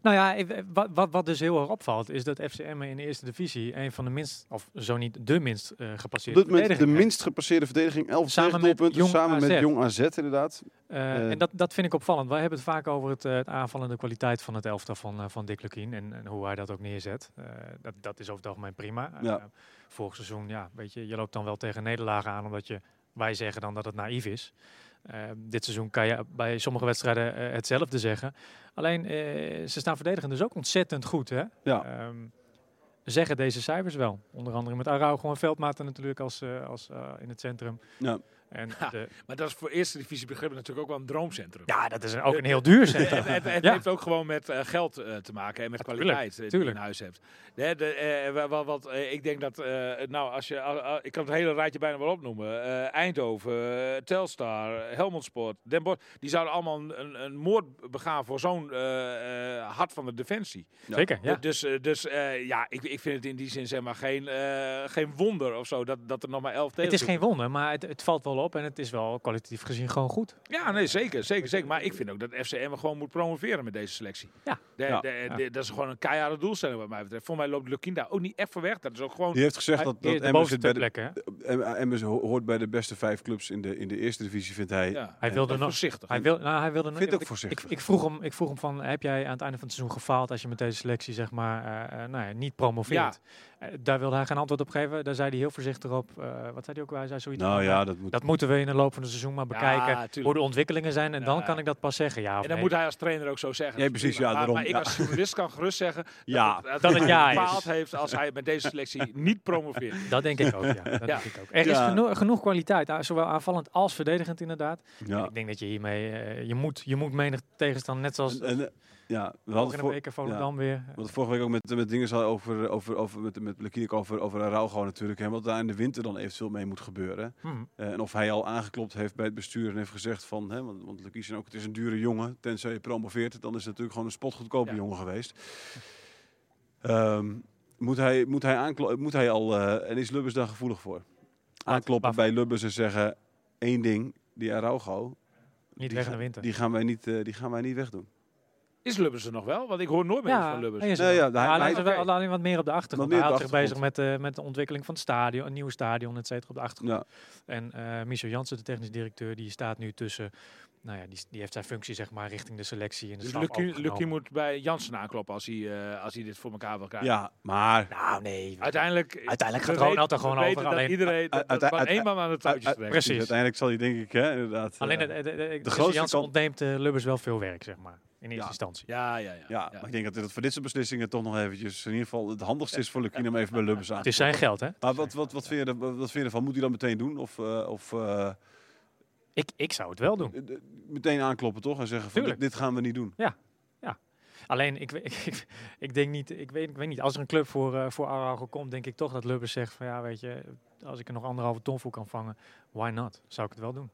[SPEAKER 3] Nou ja, eh, eh, wat, wat, wat dus heel erg opvalt, is dat FCM in de eerste divisie een van de minst, of zo niet de minst eh
[SPEAKER 2] Op
[SPEAKER 3] gepasseerde
[SPEAKER 2] dit moment de
[SPEAKER 3] verdediging heeft.
[SPEAKER 2] minst gepasseerde verdediging, 11
[SPEAKER 3] Samen met
[SPEAKER 2] doelpunten,
[SPEAKER 3] Jong
[SPEAKER 2] samen
[SPEAKER 3] AZ.
[SPEAKER 2] met Jong AZ inderdaad.
[SPEAKER 3] Eh,
[SPEAKER 2] Eh.
[SPEAKER 3] en dat, dat vind ik opvallend. Wij hebben het vaak over het, eh, het aanvallende kwaliteit van het elftal van, eh, van Dick Lukien en, en hoe hij dat ook neerzet. Eh, dat, dat is over het algemeen prima. Eh,
[SPEAKER 2] Ja.
[SPEAKER 3] vorig seizoen, ja, weet je, je loopt dan wel tegen nederlagen aan omdat je, wij zeggen dan dat het naïef is. Eh, dit seizoen kan je bij sommige wedstrijden eh, hetzelfde zeggen. Alleen, eh, ze staan verdedigend dus ook ontzettend goed, hè?
[SPEAKER 2] Ja.
[SPEAKER 3] Ehm, zeggen deze cijfers wel. Onder andere met Araujo en Veldmaten natuurlijk als, eh, als eh, in het centrum.
[SPEAKER 2] Ja.
[SPEAKER 3] En
[SPEAKER 4] Ja.
[SPEAKER 3] de-
[SPEAKER 4] Maar dat is voor eerste divisie begrippen natuurlijk ook wel een droomcentrum.
[SPEAKER 3] ja, dat is een- ook een heel duur
[SPEAKER 4] het,
[SPEAKER 3] centrum.
[SPEAKER 4] het- het
[SPEAKER 3] Ja.
[SPEAKER 4] heeft ook gewoon met eh, geld eh, te maken en met
[SPEAKER 3] Ja, tuurlijk,
[SPEAKER 4] kwaliteit eh, die je in
[SPEAKER 3] tuurlijk.
[SPEAKER 4] huis hebt. De, de, eh, wa- wa- wat, eh, ik denk dat, eh, nou, als je, al- al- ik kan het hele rijtje bijna wel opnoemen. Eh, Eindhoven, eh, Telstar, Helmond Sport, Den Bosch. Die zouden allemaal een, een, een moord begaan voor zo'n eh, eh, hart van de defensie.
[SPEAKER 3] Zeker, ja.
[SPEAKER 4] Dus, eh, dus eh, ja, ik, ik vind het in die zin zeg maar geen, eh, geen wonder of zo dat, dat er nog maar elf tegen
[SPEAKER 3] Het is geen wonder, maar het, het valt wel op en het is wel kwalitatief gezien gewoon goed.
[SPEAKER 4] Ja, nee, zeker, zeker, zeker. Maar ik vind ook dat FCM gewoon moet promoveren met deze selectie.
[SPEAKER 3] Ja.
[SPEAKER 4] De-
[SPEAKER 2] Ja.
[SPEAKER 4] de-
[SPEAKER 3] Ja.
[SPEAKER 4] de- dat is gewoon een keiharde doelstelling wat mij betreft. Voor mij loopt Lukinda ook niet echt voor weg. Dat is ook gewoon...
[SPEAKER 2] Die heeft gezegd dat, dat
[SPEAKER 3] de
[SPEAKER 2] Emmers,
[SPEAKER 3] bovenste
[SPEAKER 2] zit bij de,
[SPEAKER 3] plekken. hè.
[SPEAKER 2] Em- Emmers ho- hoort bij de beste vijf clubs in de, in de eerste divisie, vindt hij.
[SPEAKER 4] Ja,
[SPEAKER 3] Hij wilde nog,
[SPEAKER 4] voorzichtig.
[SPEAKER 3] Hij, wil, nou, hij wilde nog-
[SPEAKER 2] Vind het ook
[SPEAKER 3] ik-
[SPEAKER 2] voorzichtig.
[SPEAKER 3] Ik, ik, vroeg hem, ik vroeg hem van, heb jij aan het einde van het seizoen gefaald als je met deze selectie zeg maar, eh, eh, nou ja, niet promoveert? Eh, daar wilde hij geen antwoord op geven. Daar zei hij heel voorzichtig op. Eh, wat zei hij ook? Hij zei zoiets
[SPEAKER 2] Nou
[SPEAKER 3] van,
[SPEAKER 2] ja,
[SPEAKER 3] eh,
[SPEAKER 2] dat moet...
[SPEAKER 3] dat moeten we in de loop van het seizoen maar bekijken.
[SPEAKER 4] tuurlijk.
[SPEAKER 3] hoe de ontwikkelingen zijn en
[SPEAKER 4] Ja.
[SPEAKER 3] dan kan ik dat pas zeggen. Ja, of
[SPEAKER 4] En dan
[SPEAKER 3] nee.
[SPEAKER 4] moet hij als trainer ook zo zeggen.
[SPEAKER 2] Ja,
[SPEAKER 4] Dat is
[SPEAKER 2] precies,
[SPEAKER 4] prima.
[SPEAKER 2] ja,
[SPEAKER 4] maar,
[SPEAKER 2] daarom,
[SPEAKER 4] maar ik
[SPEAKER 2] ja.
[SPEAKER 4] als journalist kan gerust zeggen
[SPEAKER 2] Ja,
[SPEAKER 4] dat,
[SPEAKER 3] dat het ja is.
[SPEAKER 4] bepaald heeft als hij met deze selectie niet promoveert.
[SPEAKER 3] Dat denk ik ook, ja. Dat
[SPEAKER 4] Ja.
[SPEAKER 3] Denk ik ook. Er
[SPEAKER 2] Ja.
[SPEAKER 3] is geno- genoeg kwaliteit, ah, zowel aanvallend als verdedigend inderdaad. En
[SPEAKER 2] ja.
[SPEAKER 3] ik denk dat je hiermee, eh, je, moet, je moet menig tegenstander, net zoals
[SPEAKER 2] En, en, eh, ja, we
[SPEAKER 3] vorige
[SPEAKER 2] hadden
[SPEAKER 3] in
[SPEAKER 2] voor-
[SPEAKER 3] de beker Volendam weer.
[SPEAKER 2] Want vorige week ook met, met dingen hadden over, eh, over, over met, met Lekinek over, over Araujo natuurlijk. En wat daar in de winter dan eventueel mee moet gebeuren.
[SPEAKER 3] Hm.
[SPEAKER 2] Eh, en of hij al aangeklopt heeft bij het bestuur en heeft gezegd van... Hè, want want Luc Isen ook, het is een dure jongen. Tenzij je promoveert, dan is het natuurlijk gewoon een spotgoedkope
[SPEAKER 4] Ja.
[SPEAKER 2] jongen geweest. Ehm, moet, hij, moet, hij aanklo- moet hij al... eh, en is Lubbers daar gevoelig voor? Aankloppen
[SPEAKER 3] Waarvoor?
[SPEAKER 2] bij Lubbers en zeggen... één ding, die Araujo...
[SPEAKER 3] Niet
[SPEAKER 2] die
[SPEAKER 3] weg in
[SPEAKER 2] ga-
[SPEAKER 3] de winter.
[SPEAKER 2] Die gaan wij niet, eh, die gaan wij niet wegdoen.
[SPEAKER 4] Is Lubbers er nog wel? Want ik hoor nooit meer iets van Lubbers.
[SPEAKER 3] hij is er
[SPEAKER 2] Nee,
[SPEAKER 3] wel.
[SPEAKER 2] ja, hij-
[SPEAKER 3] Maar
[SPEAKER 2] hij-
[SPEAKER 3] hij is er wel
[SPEAKER 4] Oké.
[SPEAKER 3] alleen wat meer op de achtergrond.
[SPEAKER 2] Wat meer
[SPEAKER 3] hij
[SPEAKER 2] op
[SPEAKER 3] houdt
[SPEAKER 2] de
[SPEAKER 3] zich bezig met, eh, met de ontwikkeling van het stadion, een nieuw stadion, et cetera, op de achtergrond.
[SPEAKER 2] Ja,
[SPEAKER 3] En eh Michel Jansen, de technisch directeur, die staat nu tussen, nou ja, die, die heeft zijn functie zeg maar richting de selectie en de
[SPEAKER 4] Dus
[SPEAKER 3] staf
[SPEAKER 4] Lucky,
[SPEAKER 3] overgenomen.
[SPEAKER 4] Lucky moet bij Jansen aankloppen als hij, eh, als hij dit voor elkaar wil krijgen.
[SPEAKER 2] ja maar...
[SPEAKER 3] Nou nee,
[SPEAKER 4] Uiteindelijk,
[SPEAKER 3] Uiteindelijk
[SPEAKER 4] we
[SPEAKER 3] gaat Ronald
[SPEAKER 4] weten-
[SPEAKER 3] er gewoon
[SPEAKER 4] we weten
[SPEAKER 3] over,
[SPEAKER 4] Dat
[SPEAKER 3] alleen-
[SPEAKER 4] iedereen dat, dat,
[SPEAKER 2] Uite-
[SPEAKER 4] maar
[SPEAKER 2] uite-
[SPEAKER 4] eenmaal aan de touwtjes
[SPEAKER 2] Uit-
[SPEAKER 4] trekt.
[SPEAKER 3] Precies.
[SPEAKER 2] eh, Uiteindelijk zal hij denk ik, hè, inderdaad... eh,
[SPEAKER 3] alleen de, de, de, Michel
[SPEAKER 2] grootste
[SPEAKER 3] Jansen
[SPEAKER 2] kant-
[SPEAKER 3] ontneemt eh, Lubbers wel veel werk zeg maar, in eerste
[SPEAKER 2] Ja.
[SPEAKER 3] instantie.
[SPEAKER 4] Ja, ja, ja.
[SPEAKER 2] Ja,
[SPEAKER 4] ja.
[SPEAKER 2] maar ik denk dat het voor dit soort beslissingen toch nog eventjes in ieder geval het handigste is voor Lukien om even bij Lubbers aan
[SPEAKER 3] Het
[SPEAKER 2] te
[SPEAKER 3] is zijn geld hè.
[SPEAKER 2] Maar wat, wat, wat, vind je, er- wat vind je ervan? Moet hij dat meteen doen? Of, eh, of eh,
[SPEAKER 3] Ik, ik zou het wel doen.
[SPEAKER 2] eh, meteen aankloppen toch? En zeggen van dit,
[SPEAKER 3] Tuurlijk.
[SPEAKER 2] dit gaan we niet doen.
[SPEAKER 3] Alleen, ik, we- ik, ik, ik denk niet, ik weet, ik weet niet, als er een club voor, eh voor Araujo komt, denk ik toch dat Lubbers zegt van ja, weet je, als ik er nog anderhalve ton voor kan vangen, why not? Zou ik het wel doen.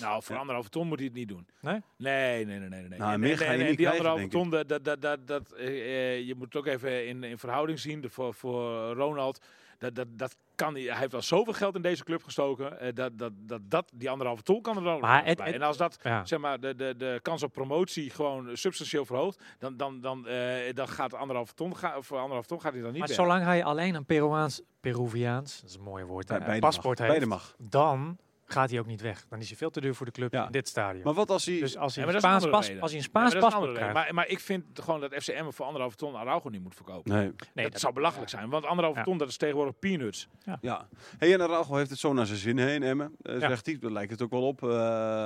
[SPEAKER 4] Nou, voor anderhalve ton moet hij het niet doen.
[SPEAKER 3] Nee?
[SPEAKER 4] Nee, nee, nee, nee. nee.
[SPEAKER 2] Nou,
[SPEAKER 4] En-
[SPEAKER 2] meer
[SPEAKER 4] en-
[SPEAKER 2] ga je
[SPEAKER 4] en- en
[SPEAKER 2] niet
[SPEAKER 4] Die
[SPEAKER 2] krijgen,
[SPEAKER 4] anderhalve
[SPEAKER 2] denk
[SPEAKER 4] ton, dat, dat, dat, dat, dat, eh, eh, je moet het ook even in, in verhouding zien. De, voor, voor Ronald, dat, dat, dat kan hij. Hij heeft al zoveel geld in deze club gestoken. eh, dat, dat, dat, dat, die anderhalve ton kan er dan
[SPEAKER 3] Maar
[SPEAKER 4] nog
[SPEAKER 3] het-
[SPEAKER 4] bij.
[SPEAKER 3] het-
[SPEAKER 4] En als dat,
[SPEAKER 3] Ja.
[SPEAKER 4] zeg maar, de, de, de kans op promotie gewoon substantieel verhoogt, dan, dan, dan, eh, dan gaat anderhalve ton, ga, voor anderhalve ton gaat hij dan niet
[SPEAKER 3] Maar
[SPEAKER 4] weg.
[SPEAKER 3] zolang hij alleen een Peruaans, Peruviaans, dat is een mooi woord, hè,
[SPEAKER 2] Bij- beide
[SPEAKER 3] paspoort
[SPEAKER 2] mag.
[SPEAKER 3] heeft,
[SPEAKER 2] Beide mag.
[SPEAKER 3] dan gaat hij ook niet weg. Dan is hij veel te duur voor de club
[SPEAKER 2] Ja.
[SPEAKER 3] in dit stadion.
[SPEAKER 2] Maar wat als hij...
[SPEAKER 3] dus als hij,
[SPEAKER 4] Ja, maar dat is
[SPEAKER 3] een
[SPEAKER 4] een
[SPEAKER 3] Spaans
[SPEAKER 4] andere
[SPEAKER 3] pas,
[SPEAKER 4] reden.
[SPEAKER 3] als hij een
[SPEAKER 4] Ja, maar
[SPEAKER 3] Spaans
[SPEAKER 4] dat is een
[SPEAKER 3] paspoort
[SPEAKER 4] andere reden. Maar,
[SPEAKER 3] krijgt,
[SPEAKER 4] maar ik vind gewoon dat FCM voor anderhalve ton Araujo niet moet verkopen.
[SPEAKER 2] Nee.
[SPEAKER 3] nee,
[SPEAKER 4] dat, zou belachelijk zijn, want anderhalve
[SPEAKER 3] Ja.
[SPEAKER 4] ton dat is tegenwoordig peanuts.
[SPEAKER 2] Ja. Hey, en Araujo heeft het zo naar zijn zin heen, Emmen. Eh,
[SPEAKER 3] Ja.
[SPEAKER 2] Zegt hij, daar lijkt het ook wel op. Eh,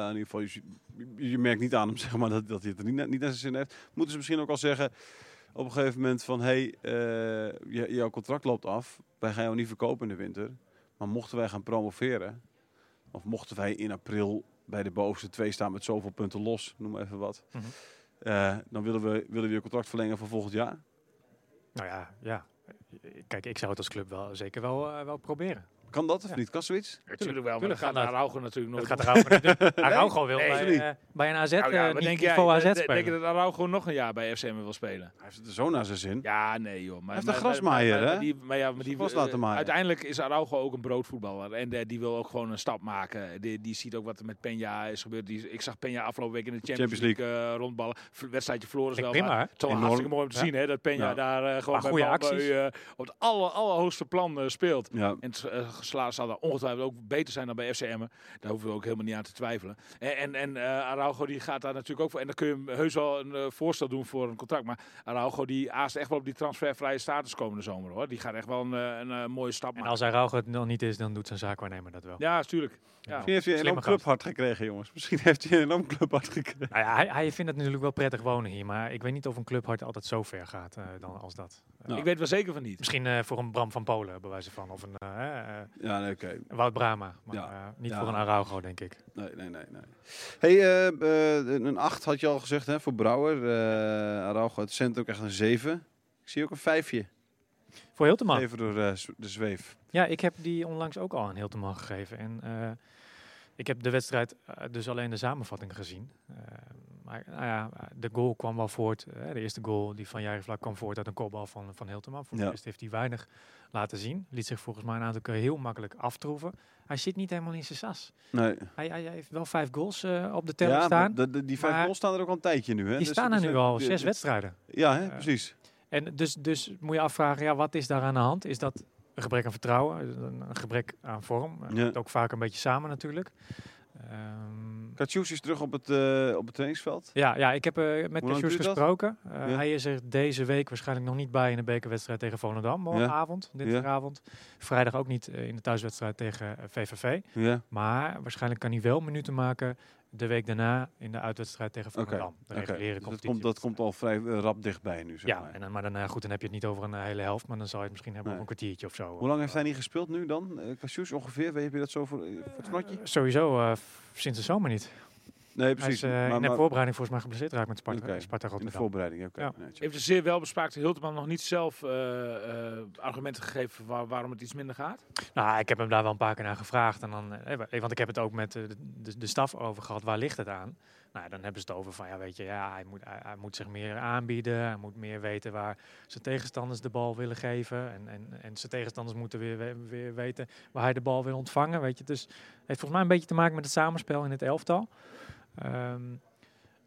[SPEAKER 2] in ieder geval, je, zie- je merkt niet aan hem zeg maar, dat, dat hij het er niet, na- niet naar zijn zin heeft. Moeten ze misschien ook al zeggen op een gegeven moment van... Hé, hey, eh, j- jouw contract loopt af. Wij gaan jou niet verkopen in de winter. Maar mochten wij gaan promoveren... Of mochten wij in april bij de bovenste twee staan met zoveel punten los, noem maar even wat.
[SPEAKER 3] Mhm.
[SPEAKER 2] eh, dan willen we, willen we je contract verlengen voor volgend jaar.
[SPEAKER 3] nou ja, ja. Kijk, ik zou het als club wel, zeker wel, eh, wel proberen.
[SPEAKER 2] Kan dat of
[SPEAKER 3] Ja.
[SPEAKER 2] niet? Kan zoiets?
[SPEAKER 4] Natuurlijk wel, maar dat
[SPEAKER 3] tuurlijk
[SPEAKER 4] gaat
[SPEAKER 3] gaat dat.
[SPEAKER 4] Araujo natuurlijk
[SPEAKER 3] Dat
[SPEAKER 4] nooit
[SPEAKER 3] gaat
[SPEAKER 4] doen.
[SPEAKER 3] Araujo niet doen. Araujo wil
[SPEAKER 4] Nee,
[SPEAKER 3] bij,
[SPEAKER 2] sorry.
[SPEAKER 3] eh, bij een AZ,
[SPEAKER 4] Nou ja,
[SPEAKER 3] eh,
[SPEAKER 4] maar
[SPEAKER 3] niet,
[SPEAKER 4] denk
[SPEAKER 3] niet
[SPEAKER 4] jij-
[SPEAKER 3] voor AZ
[SPEAKER 4] de- de-
[SPEAKER 3] spelen.
[SPEAKER 4] Denk je dat Araujo nog een jaar bij FCM wil spelen?
[SPEAKER 2] Hij heeft het er zo naar zijn zin.
[SPEAKER 4] Ja, nee joh. Maar,
[SPEAKER 2] Hij heeft een
[SPEAKER 4] maar- maar-
[SPEAKER 2] grasmaaier,
[SPEAKER 4] maar- maar
[SPEAKER 2] hè?
[SPEAKER 4] die- Maar ja, maar die,
[SPEAKER 2] gras laten
[SPEAKER 4] eh,
[SPEAKER 2] maaien.
[SPEAKER 4] uiteindelijk is Araujo ook een broodvoetballer. En eh, die wil ook gewoon een stap maken. Die, die ziet ook wat er met Peña is gebeurd. Die, ik zag Peña afgelopen week in de Champions,
[SPEAKER 2] Champions
[SPEAKER 4] League eh, rondballen. V- Wedstrijdje verloren is
[SPEAKER 3] Kijk,
[SPEAKER 4] wel,
[SPEAKER 3] prima,
[SPEAKER 4] maar
[SPEAKER 3] hè?
[SPEAKER 4] het is wel
[SPEAKER 2] Enorm.
[SPEAKER 4] hartstikke mooi om te zien hè, dat Peña
[SPEAKER 2] Ja.
[SPEAKER 4] daar eh, gewoon bij
[SPEAKER 3] Paar goede
[SPEAKER 4] Malmö,
[SPEAKER 3] acties.
[SPEAKER 4] eh, op het aller, allerhoogste plan eh, speelt.
[SPEAKER 2] Ja.
[SPEAKER 4] En het eh, salaris zal daar ongetwijfeld ook beter zijn dan bij FCM. Daar hoeven we ook helemaal niet aan te twijfelen. En, en, en eh, Araujo die gaat daar natuurlijk ook voor. En dan kun je hem heus wel een eh, voorstel doen voor een contract. Maar Araujo die aast echt wel op die transfervrije status komende zomer hoor. Die gaat echt wel een, eh, een eh, mooie stap
[SPEAKER 3] En
[SPEAKER 4] maken.
[SPEAKER 3] als Araujo het nog niet is, dan doet zijn zaakwaarnemer dat wel.
[SPEAKER 4] Ja, natuurlijk. Ja.
[SPEAKER 2] Misschien heeft hij een
[SPEAKER 3] Slimme
[SPEAKER 2] enorm
[SPEAKER 3] gast.
[SPEAKER 2] clubhart gekregen, jongens. Misschien heeft hij een enorm clubhart gekregen.
[SPEAKER 3] Nou ja, hij, hij vindt het natuurlijk wel prettig wonen hier, maar ik weet niet of een club hard altijd zo ver gaat eh, dan als dat. Eh,
[SPEAKER 2] Nou.
[SPEAKER 4] Ik weet wel zeker van niet.
[SPEAKER 3] Misschien eh, voor een Bram van Polen, bij wijze van. Of een eh, eh, eh,
[SPEAKER 2] Ja, nee, oké.
[SPEAKER 3] Wout Brama. Maar
[SPEAKER 2] Ja.
[SPEAKER 3] eh, niet
[SPEAKER 2] Ja.
[SPEAKER 3] voor een Araujo, denk ik.
[SPEAKER 2] Nee, nee, nee. nee. Hey, eh, eh, een 8 had je al gezegd hè, voor Brouwer. eh Araujo uit het centrum krijgt een 7. Ik zie ook een vijfje.
[SPEAKER 3] Voor Hilteman.
[SPEAKER 2] Even door eh, z- de zweef.
[SPEAKER 3] Ja, ik heb die onlangs ook al aan Hilteman gegeven. En eh, ik heb de wedstrijd eh, dus alleen de samenvatting gezien. Eh, maar nou ja, de goal kwam wel voort. eh, de eerste goal die van Jari Vlak kwam voort uit een kopbal van, van Hilteman. Voor
[SPEAKER 2] Ja.
[SPEAKER 3] de rest heeft hij weinig laten zien. Liet zich volgens mij een aantal keer heel makkelijk aftroeven. Hij zit niet helemaal in zijn sas.
[SPEAKER 2] Nee.
[SPEAKER 3] Hij, hij, hij heeft wel vijf goals eh, op de teller
[SPEAKER 2] Ja,
[SPEAKER 3] staan.
[SPEAKER 2] maar de- de- die vijf
[SPEAKER 3] maar-
[SPEAKER 2] goals staan er ook al een tijdje nu. Hè?
[SPEAKER 3] Die
[SPEAKER 2] Dus-
[SPEAKER 3] staan er
[SPEAKER 2] dus-
[SPEAKER 3] nu al,
[SPEAKER 2] de-
[SPEAKER 3] zes
[SPEAKER 2] de-
[SPEAKER 3] wedstrijden.
[SPEAKER 2] Ja, hè,
[SPEAKER 3] Ja.
[SPEAKER 2] precies.
[SPEAKER 3] En dus, dus moet je afvragen, ja, wat is daar aan de hand? Is dat een gebrek aan vertrouwen, een een gebrek aan vorm? Eh,
[SPEAKER 2] Ja.
[SPEAKER 3] Het ook vaak een beetje samen natuurlijk. Ehm,
[SPEAKER 2] Katsius is terug op het, eh, op het trainingsveld.
[SPEAKER 3] ja, ja, ik heb eh, met
[SPEAKER 2] lang
[SPEAKER 3] Cassius
[SPEAKER 2] duurt dat?
[SPEAKER 3] gesproken. Eh,
[SPEAKER 2] Ja.
[SPEAKER 3] Hij is er deze week waarschijnlijk nog niet bij in de bekerwedstrijd tegen Volendam. Morgenavond, dinsdagavond. Vrijdag ook niet eh, in de thuiswedstrijd tegen eh, VVV.
[SPEAKER 2] Ja.
[SPEAKER 3] Maar waarschijnlijk kan hij wel minuten maken de week daarna in de uitwedstrijd tegen
[SPEAKER 2] Oké.
[SPEAKER 3] Volendam. De
[SPEAKER 2] Oké.
[SPEAKER 3] reguliere
[SPEAKER 2] Dus dat,
[SPEAKER 3] competitie.
[SPEAKER 2] komt, dat komt al vrij eh, rap dichtbij nu. Zeg
[SPEAKER 3] Ja,
[SPEAKER 2] maar.
[SPEAKER 3] en, dan- maar dan, eh, goed, dan heb je het niet over een eh, hele helft, maar dan zal je het misschien hebben
[SPEAKER 2] Nee.
[SPEAKER 3] over een kwartiertje of zo.
[SPEAKER 2] Hoe lang heeft hij niet gespeeld nu dan? Eh Katsius ongeveer? Weet je dat zo voor, eh, voor het knotje?
[SPEAKER 3] Sowieso eh, f- sinds de zomer niet.
[SPEAKER 2] Nee,
[SPEAKER 3] Hij
[SPEAKER 2] precies.
[SPEAKER 3] is eh, in de voorbereiding volgens mij geblesseerd raakt met Sparta,
[SPEAKER 2] Oké,
[SPEAKER 3] Sparta
[SPEAKER 2] in de
[SPEAKER 3] Rotterdam.
[SPEAKER 2] voorbereiding, oké.
[SPEAKER 3] Ja.
[SPEAKER 2] Nee, check.
[SPEAKER 4] Heeft de zeer welbespraakte Hilteman nog niet zelf eh, eh, argumenten gegeven waar- waarom het iets minder gaat?
[SPEAKER 3] nou, ik heb hem daar wel een paar keer naar gevraagd. En dan, eh, eh, want ik heb het ook met eh, de, de, de staf over gehad. Waar ligt het aan? Nou, dan hebben ze het over van, ja, weet je, ja, hij, moet, hij, hij moet zich meer aanbieden. Hij moet meer weten waar zijn tegenstanders de bal willen geven. En, en, en zijn tegenstanders moeten weer, weer, weer weten waar hij de bal wil ontvangen. Weet je. Dus het heeft volgens mij een beetje te maken met het samenspel in het elftal. Ehm,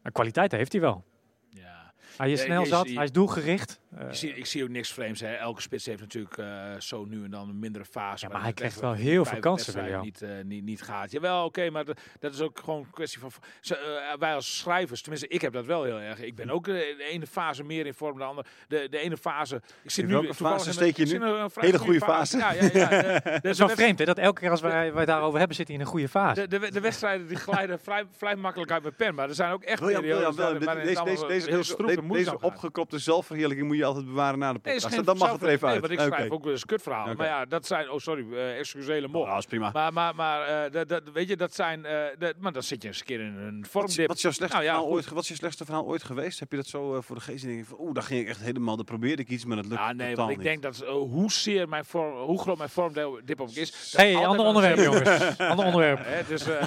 [SPEAKER 3] maar kwaliteit heeft hij wel.
[SPEAKER 4] Ja.
[SPEAKER 3] Hij is
[SPEAKER 4] Ja,
[SPEAKER 3] snel
[SPEAKER 4] je
[SPEAKER 3] zat,
[SPEAKER 4] ziet-
[SPEAKER 3] hij is doelgericht. Eh,
[SPEAKER 4] Ik zie, ik zie ook niks vreemds. Hè. Elke spits heeft natuurlijk eh, zo nu en dan een mindere fase.
[SPEAKER 3] ja,
[SPEAKER 4] waarin
[SPEAKER 3] maar hij
[SPEAKER 4] het
[SPEAKER 3] krijgt
[SPEAKER 4] echt
[SPEAKER 3] wel heel veel
[SPEAKER 4] vijf
[SPEAKER 3] kansen,
[SPEAKER 4] wedstrijden
[SPEAKER 3] William.
[SPEAKER 4] niet, eh, niet, niet gaat. Jawel, oké, maar dat, dat is ook gewoon een kwestie van... Ze, eh, wij als schrijvers, tenminste, ik heb dat wel heel erg. Ik ben ook eh, de ene fase meer in vorm dan de andere. De, de ene fase... Ik zit
[SPEAKER 2] In
[SPEAKER 4] nu,
[SPEAKER 2] welke
[SPEAKER 4] toevallig
[SPEAKER 2] fase
[SPEAKER 4] in een-
[SPEAKER 2] steek je
[SPEAKER 4] ik zit
[SPEAKER 2] nu?
[SPEAKER 4] in een vrij
[SPEAKER 2] Hele goede
[SPEAKER 4] Ja, ja, ja. eh,
[SPEAKER 3] Dat is
[SPEAKER 4] de
[SPEAKER 3] wel vreemd, hè? Dat elke keer als wij, wij daarover hebben, zit hij in een goede fase.
[SPEAKER 4] De, de, we- de wedstrijden die glijden vrij, vrij makkelijk uit mijn pen. Maar er zijn ook echt
[SPEAKER 2] William, William,
[SPEAKER 4] periodes
[SPEAKER 2] William,
[SPEAKER 4] waarin- waarin
[SPEAKER 2] deze,
[SPEAKER 4] het
[SPEAKER 2] deze,
[SPEAKER 4] allemaal eh,
[SPEAKER 2] deze,
[SPEAKER 4] heel
[SPEAKER 2] deze,
[SPEAKER 4] stroef en
[SPEAKER 2] deze,
[SPEAKER 4] moeizaam
[SPEAKER 2] deze
[SPEAKER 4] gaat.
[SPEAKER 2] opgekropte zelfverheerlijking moet je altijd bewaren na de
[SPEAKER 4] Nee,
[SPEAKER 2] podcast. dan mag het er even
[SPEAKER 4] nee,
[SPEAKER 2] uit.
[SPEAKER 4] want ik
[SPEAKER 2] Oké.
[SPEAKER 4] schrijf ook wel eens kut verhalen.
[SPEAKER 2] Oké.
[SPEAKER 4] Maar ja, dat zijn... Oh, sorry. eh excusele mol.
[SPEAKER 2] Oh, dat is prima.
[SPEAKER 4] Maar, maar, maar eh, dat, dat, weet je, dat zijn... eh, dat, maar dan zit je eens een keer in een
[SPEAKER 2] Wat is,
[SPEAKER 4] vormdip.
[SPEAKER 2] wat is jouw slechtste
[SPEAKER 4] Nou ja,
[SPEAKER 2] verhaal
[SPEAKER 4] goed.
[SPEAKER 2] ooit, ge- wat is je slechtste verhaal ooit geweest? Heb je dat zo eh, voor de geest? En denk je van, Oeh, daar ging ik echt helemaal. Daar probeerde ik iets, maar dat lukte
[SPEAKER 4] Ja, Ah, nee,
[SPEAKER 2] totaal
[SPEAKER 4] want ik
[SPEAKER 2] niet.
[SPEAKER 4] denk dat eh, hoezeer mijn vorm, hoe groot mijn vormdip ook is... dat
[SPEAKER 3] hey,
[SPEAKER 4] altijd
[SPEAKER 3] ander
[SPEAKER 4] wel
[SPEAKER 3] onderwerp,
[SPEAKER 4] zeker-
[SPEAKER 3] jongens. Ander onderwerp.
[SPEAKER 4] Hè, dus, eh,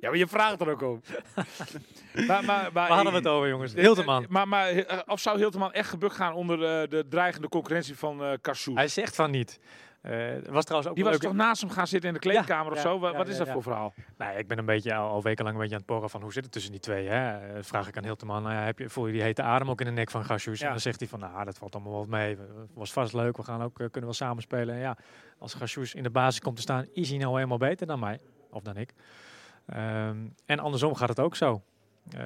[SPEAKER 4] ja, maar je vraagt er ook om. maar, maar, maar,
[SPEAKER 3] Waar hadden we het over, jongens? Hilteman.
[SPEAKER 4] Maar, maar eh, of zou Hilteman echt gebukt gaan onder eh, de dreigende concurrentie van eh Kassou?
[SPEAKER 3] Hij zegt van niet. Eh, was trouwens ook
[SPEAKER 4] Die
[SPEAKER 3] wel
[SPEAKER 4] was
[SPEAKER 3] leuk-
[SPEAKER 4] toch naast hem gaan zitten in de kleedkamer
[SPEAKER 3] Ja,
[SPEAKER 4] of
[SPEAKER 3] ja,
[SPEAKER 4] zo? Wa-
[SPEAKER 3] ja,
[SPEAKER 4] Wat is
[SPEAKER 3] ja,
[SPEAKER 4] dat
[SPEAKER 3] ja.
[SPEAKER 4] voor verhaal?
[SPEAKER 3] Nee, ik ben een beetje al, al wekenlang een beetje aan het porren van hoe zit het tussen die twee. Hè? Eh, Vraag ik aan Hilteman, nou ja, heb je, voel je die hete adem ook in de nek van Gassius?
[SPEAKER 4] Ja.
[SPEAKER 3] En dan zegt hij van, nou, dat valt allemaal wel mee. We- Was vast leuk, we gaan ook, eh, kunnen wel samen spelen. En ja, als Gassius in de basis komt te staan, is hij nou helemaal beter dan mij. Of dan ik. Ehm, en andersom gaat het ook zo. Eh,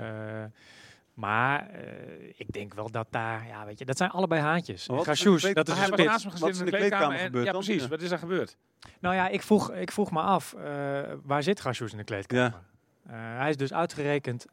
[SPEAKER 3] maar eh, ik denk wel dat daar, ja, weet je, dat zijn allebei haantjes.
[SPEAKER 2] Maar wat-
[SPEAKER 3] Gassius,
[SPEAKER 2] weet-
[SPEAKER 3] dat is
[SPEAKER 2] maar
[SPEAKER 3] een
[SPEAKER 4] hij
[SPEAKER 2] spits.
[SPEAKER 4] was
[SPEAKER 3] spits.
[SPEAKER 4] naast
[SPEAKER 2] Wat
[SPEAKER 4] hem gezeten
[SPEAKER 2] is
[SPEAKER 4] in de kleedkamer. en-
[SPEAKER 2] gebeurd
[SPEAKER 4] ja,
[SPEAKER 2] dan?
[SPEAKER 4] precies.
[SPEAKER 2] Ja.
[SPEAKER 4] Wat is er gebeurd?
[SPEAKER 3] Nou ja, ik vroeg, ik vroeg me af, eh, waar zit Gassius in de kleedkamer?
[SPEAKER 2] Ja.
[SPEAKER 3] Eh, hij is dus uitgerekend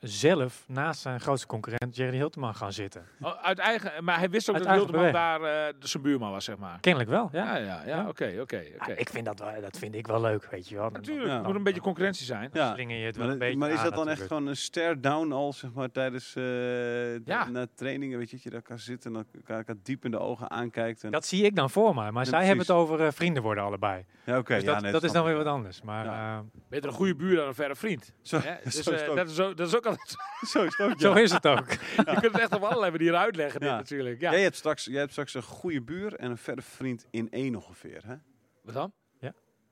[SPEAKER 3] zelf naast zijn grootste concurrent Jerry Hilteman gaan zitten.
[SPEAKER 4] Oh, uit eigen, maar hij wist ook
[SPEAKER 3] Uit
[SPEAKER 4] dat
[SPEAKER 3] eigen
[SPEAKER 4] Hilteman daar eh, de- zijn buurman was, zeg maar.
[SPEAKER 3] Kennelijk wel, ja.
[SPEAKER 4] Ja, ja, ja.
[SPEAKER 3] Ja.
[SPEAKER 4] Oké, oké,
[SPEAKER 3] Ah,
[SPEAKER 4] oké.
[SPEAKER 3] ik vind dat, wel- dat vind ik wel leuk, weet je wel. Dan-
[SPEAKER 4] Natuurlijk,
[SPEAKER 2] Ja.
[SPEAKER 4] er moet een beetje concurrentie zijn.
[SPEAKER 3] dan
[SPEAKER 2] Ja.
[SPEAKER 3] slinger je het wel
[SPEAKER 2] Maar,
[SPEAKER 3] een beetje
[SPEAKER 2] maar is
[SPEAKER 3] aan
[SPEAKER 2] dat dan echt
[SPEAKER 3] natuurlijk.
[SPEAKER 2] gewoon een stare down al, zeg maar, tijdens eh,
[SPEAKER 4] Ja.
[SPEAKER 2] na trainingen? Weet je, dat je daar kan zitten en elkaar, elkaar diep in de ogen aankijkt. En,
[SPEAKER 3] Dat zie ik dan voor me, maar zij
[SPEAKER 2] precies.
[SPEAKER 3] hebben het over eh, vrienden worden allebei.
[SPEAKER 2] ja, oké.
[SPEAKER 3] dus
[SPEAKER 2] ja,
[SPEAKER 3] dat,
[SPEAKER 2] nee,
[SPEAKER 3] dat is
[SPEAKER 2] snap
[SPEAKER 3] dan weer
[SPEAKER 2] ik.
[SPEAKER 3] wat anders. Maar
[SPEAKER 2] Ja.
[SPEAKER 3] eh,
[SPEAKER 4] Beter een goede buur dan een verre vriend.
[SPEAKER 2] Zo,
[SPEAKER 4] Hè?
[SPEAKER 2] zo
[SPEAKER 4] Dus
[SPEAKER 2] is
[SPEAKER 4] eh,
[SPEAKER 2] het ook.
[SPEAKER 4] dat is ook- dat is ook altijd.
[SPEAKER 2] Zo is het ook,
[SPEAKER 3] zo
[SPEAKER 2] ja.
[SPEAKER 3] is het ook.
[SPEAKER 4] Je kunt het echt op allerlei manieren uitleggen, dit
[SPEAKER 2] Ja.
[SPEAKER 4] natuurlijk. Ja.
[SPEAKER 2] Jij, hebt straks, jij hebt straks een goede buur en een verre vriend in één ongeveer. Hè?
[SPEAKER 4] Wat dan?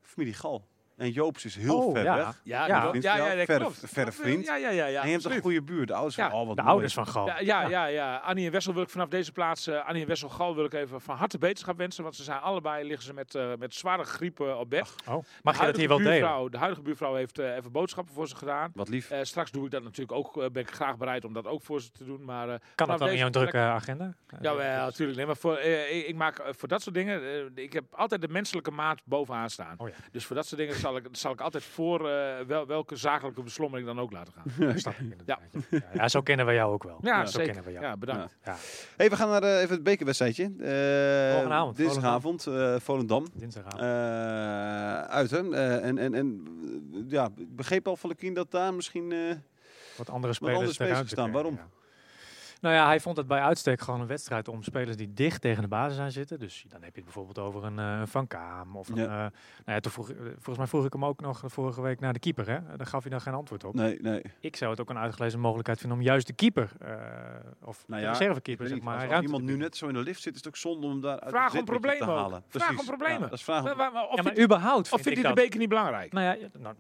[SPEAKER 2] Familie Gal. En Joops is heel
[SPEAKER 3] Oh,
[SPEAKER 2] ver
[SPEAKER 3] ja.
[SPEAKER 2] weg.
[SPEAKER 4] Ja,
[SPEAKER 3] Ja.
[SPEAKER 4] dat- ja, ja, dat
[SPEAKER 2] Verre-
[SPEAKER 4] klopt.
[SPEAKER 2] verre
[SPEAKER 4] Dat, eh,
[SPEAKER 2] vriend.
[SPEAKER 4] Ja, ja, ja. ja
[SPEAKER 2] en je hebt een
[SPEAKER 4] absoluut.
[SPEAKER 2] goede buur. De ouders
[SPEAKER 4] Ja,
[SPEAKER 2] van, oh, wat
[SPEAKER 3] De
[SPEAKER 2] mooi.
[SPEAKER 3] ouders van Gal.
[SPEAKER 4] Ja, ja, ja, ja. Annie en Wessel wil ik vanaf deze plaats, eh, Annie en Wessel Gal wil ik even van harte beterschap wensen. Want ze zijn allebei, liggen ze met, eh, met zware griepen op bed.
[SPEAKER 3] Oh,
[SPEAKER 4] De
[SPEAKER 3] mag je dat
[SPEAKER 4] huidige
[SPEAKER 3] hier wel delen?
[SPEAKER 4] buurvrouw- De huidige buurvrouw heeft eh, even boodschappen voor ze gedaan.
[SPEAKER 2] Wat lief.
[SPEAKER 4] Eh, straks doe ik dat natuurlijk ook, eh, ben ik graag bereid om dat ook voor ze te doen. Maar eh,
[SPEAKER 3] Kan
[SPEAKER 4] vanaf
[SPEAKER 3] dat dan in
[SPEAKER 4] deze
[SPEAKER 3] jouw
[SPEAKER 4] plek-
[SPEAKER 3] drukke agenda?
[SPEAKER 4] Ja, wel, natuurlijk. Nee, maar voor, eh, ik, ik maak eh, voor dat soort dingen. eh, ik heb altijd de menselijke maat bovenaan staan.
[SPEAKER 3] Oh ja.
[SPEAKER 4] Dus voor dat soort dingen zal zal ik, zal ik altijd voor eh, wel, welke zakelijke beslommering dan ook laten gaan.
[SPEAKER 3] Snap ik inderdaad, ja. Ja, zo kennen we jou ook wel.
[SPEAKER 4] Ja,
[SPEAKER 3] zo
[SPEAKER 4] zeker.
[SPEAKER 3] kennen we jou.
[SPEAKER 4] Ja, bedankt.
[SPEAKER 2] Hey, we gaan naar eh, even het bekerwedstrijdje. Eh,
[SPEAKER 3] Volgende
[SPEAKER 2] Dinsdagavond, eh, Volendam.
[SPEAKER 3] Dinsdagavond.
[SPEAKER 2] Eh, uit, hè? Eh, en, en, en eh, ja, ik begreep al van Lekien dat daar misschien... eh,
[SPEAKER 3] wat
[SPEAKER 2] andere
[SPEAKER 3] andere spelers ter
[SPEAKER 2] spelers
[SPEAKER 3] ruimte
[SPEAKER 2] gestaan.
[SPEAKER 3] kregen,
[SPEAKER 2] Waarom?
[SPEAKER 3] ja. Nou ja, hij vond het bij uitstek gewoon een wedstrijd om spelers die dicht tegen de basis aan zitten. Dus dan heb je het bijvoorbeeld over een eh, Van Kaam of een...
[SPEAKER 2] Ja.
[SPEAKER 3] eh, nou ja, toen vroeg, eh, volgens mij vroeg ik hem ook nog vorige week naar de keeper, hè? Daar gaf hij dan geen antwoord op.
[SPEAKER 2] nee, nee.
[SPEAKER 3] Ik zou het ook een uitgelezen mogelijkheid vinden om juist de keeper, eh, of
[SPEAKER 2] Nou
[SPEAKER 3] de
[SPEAKER 2] ja,
[SPEAKER 3] reservekeeper,
[SPEAKER 2] Weet
[SPEAKER 3] zeg
[SPEAKER 2] niet,
[SPEAKER 3] maar,
[SPEAKER 2] als- als
[SPEAKER 3] ruimte
[SPEAKER 2] iemand
[SPEAKER 3] te
[SPEAKER 2] nu
[SPEAKER 3] bieden.
[SPEAKER 2] net zo in de lift zit, is het ook zonde om daar uit
[SPEAKER 4] Vraag
[SPEAKER 2] het
[SPEAKER 4] om
[SPEAKER 2] zitwitje
[SPEAKER 4] problemen
[SPEAKER 2] te
[SPEAKER 4] ook.
[SPEAKER 2] halen.
[SPEAKER 4] Vraag
[SPEAKER 2] Precies.
[SPEAKER 4] om problemen.
[SPEAKER 2] Ja, dat is vraag om
[SPEAKER 4] Wa- wa- wa- Of,
[SPEAKER 3] Ja,
[SPEAKER 4] vind
[SPEAKER 3] maar überhaupt
[SPEAKER 4] of
[SPEAKER 3] vind
[SPEAKER 4] vind
[SPEAKER 3] ik
[SPEAKER 4] je de
[SPEAKER 3] dat...
[SPEAKER 4] beker niet belangrijk?
[SPEAKER 3] Nou ja, ja, nou,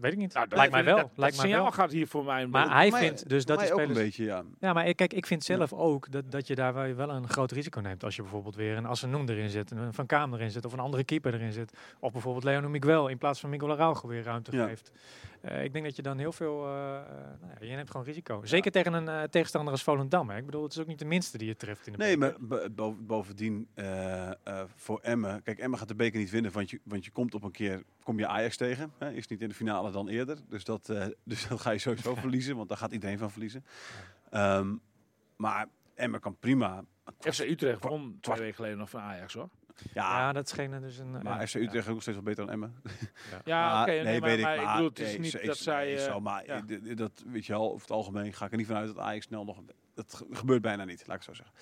[SPEAKER 3] weet ik niet.
[SPEAKER 4] Nou, dat-
[SPEAKER 3] lijkt mij wel.
[SPEAKER 4] Dat, dat
[SPEAKER 3] lijkt mij
[SPEAKER 4] signaal
[SPEAKER 3] wel.
[SPEAKER 4] gaat hier voor mij...
[SPEAKER 3] Maar hij
[SPEAKER 2] mij-
[SPEAKER 3] vindt dus
[SPEAKER 2] Voor
[SPEAKER 3] dat de
[SPEAKER 2] mij ook een
[SPEAKER 3] spelers...
[SPEAKER 2] beetje, ja.
[SPEAKER 3] Ja, maar kijk, ik vind zelf ook dat, dat je daar wel wel een groot risico neemt. Als je bijvoorbeeld weer een Assenoen erin zet, een Van Kaam erin zet, of een andere keeper erin zet. Of bijvoorbeeld Leon Miguel in plaats van Miguel Araujo weer ruimte
[SPEAKER 2] Ja.
[SPEAKER 3] geeft. Eh, ik denk dat je dan heel veel... eh, eh, nou ja, je neemt gewoon risico. Zeker tegen een eh, tegenstander als Volendam. Hè. Ik bedoel, het is ook niet de minste die je treft in de
[SPEAKER 2] Nee, maar
[SPEAKER 3] beker.
[SPEAKER 2] bo- bo- bovendien eh, eh, voor Emmen. Kijk, Emmen gaat de beker niet winnen, want je, want je komt op een keer kom je Ajax tegen. Hè? Is niet in de finale dan eerder. Dus dat, eh, dus dat ga je sowieso verliezen, want daar gaat iedereen van verliezen. Ehm, maar Emmen kan prima.
[SPEAKER 4] FC Utrecht won twee weken geleden nog van Ajax, hoor.
[SPEAKER 2] Ja,
[SPEAKER 3] Ja, dat scheen er dus een...
[SPEAKER 2] maar
[SPEAKER 3] ja,
[SPEAKER 2] FC Utrecht is ook nog steeds wel beter dan Emmen.
[SPEAKER 4] Ja,
[SPEAKER 2] Maar-
[SPEAKER 4] oké. nee, maar,
[SPEAKER 2] weet
[SPEAKER 4] maar ik
[SPEAKER 2] maar-
[SPEAKER 4] bedoel, het is
[SPEAKER 2] nee,
[SPEAKER 4] niet
[SPEAKER 2] zo-
[SPEAKER 4] dat
[SPEAKER 2] is-
[SPEAKER 4] zij...
[SPEAKER 2] nee, is
[SPEAKER 4] eh,
[SPEAKER 2] zo, maar
[SPEAKER 4] ja.
[SPEAKER 2] d- d- dat weet je wel, over het algemeen ga ik er niet vanuit dat Ajax snel nog... een- Dat ge- gebeurt bijna niet, laat ik het zo zeggen.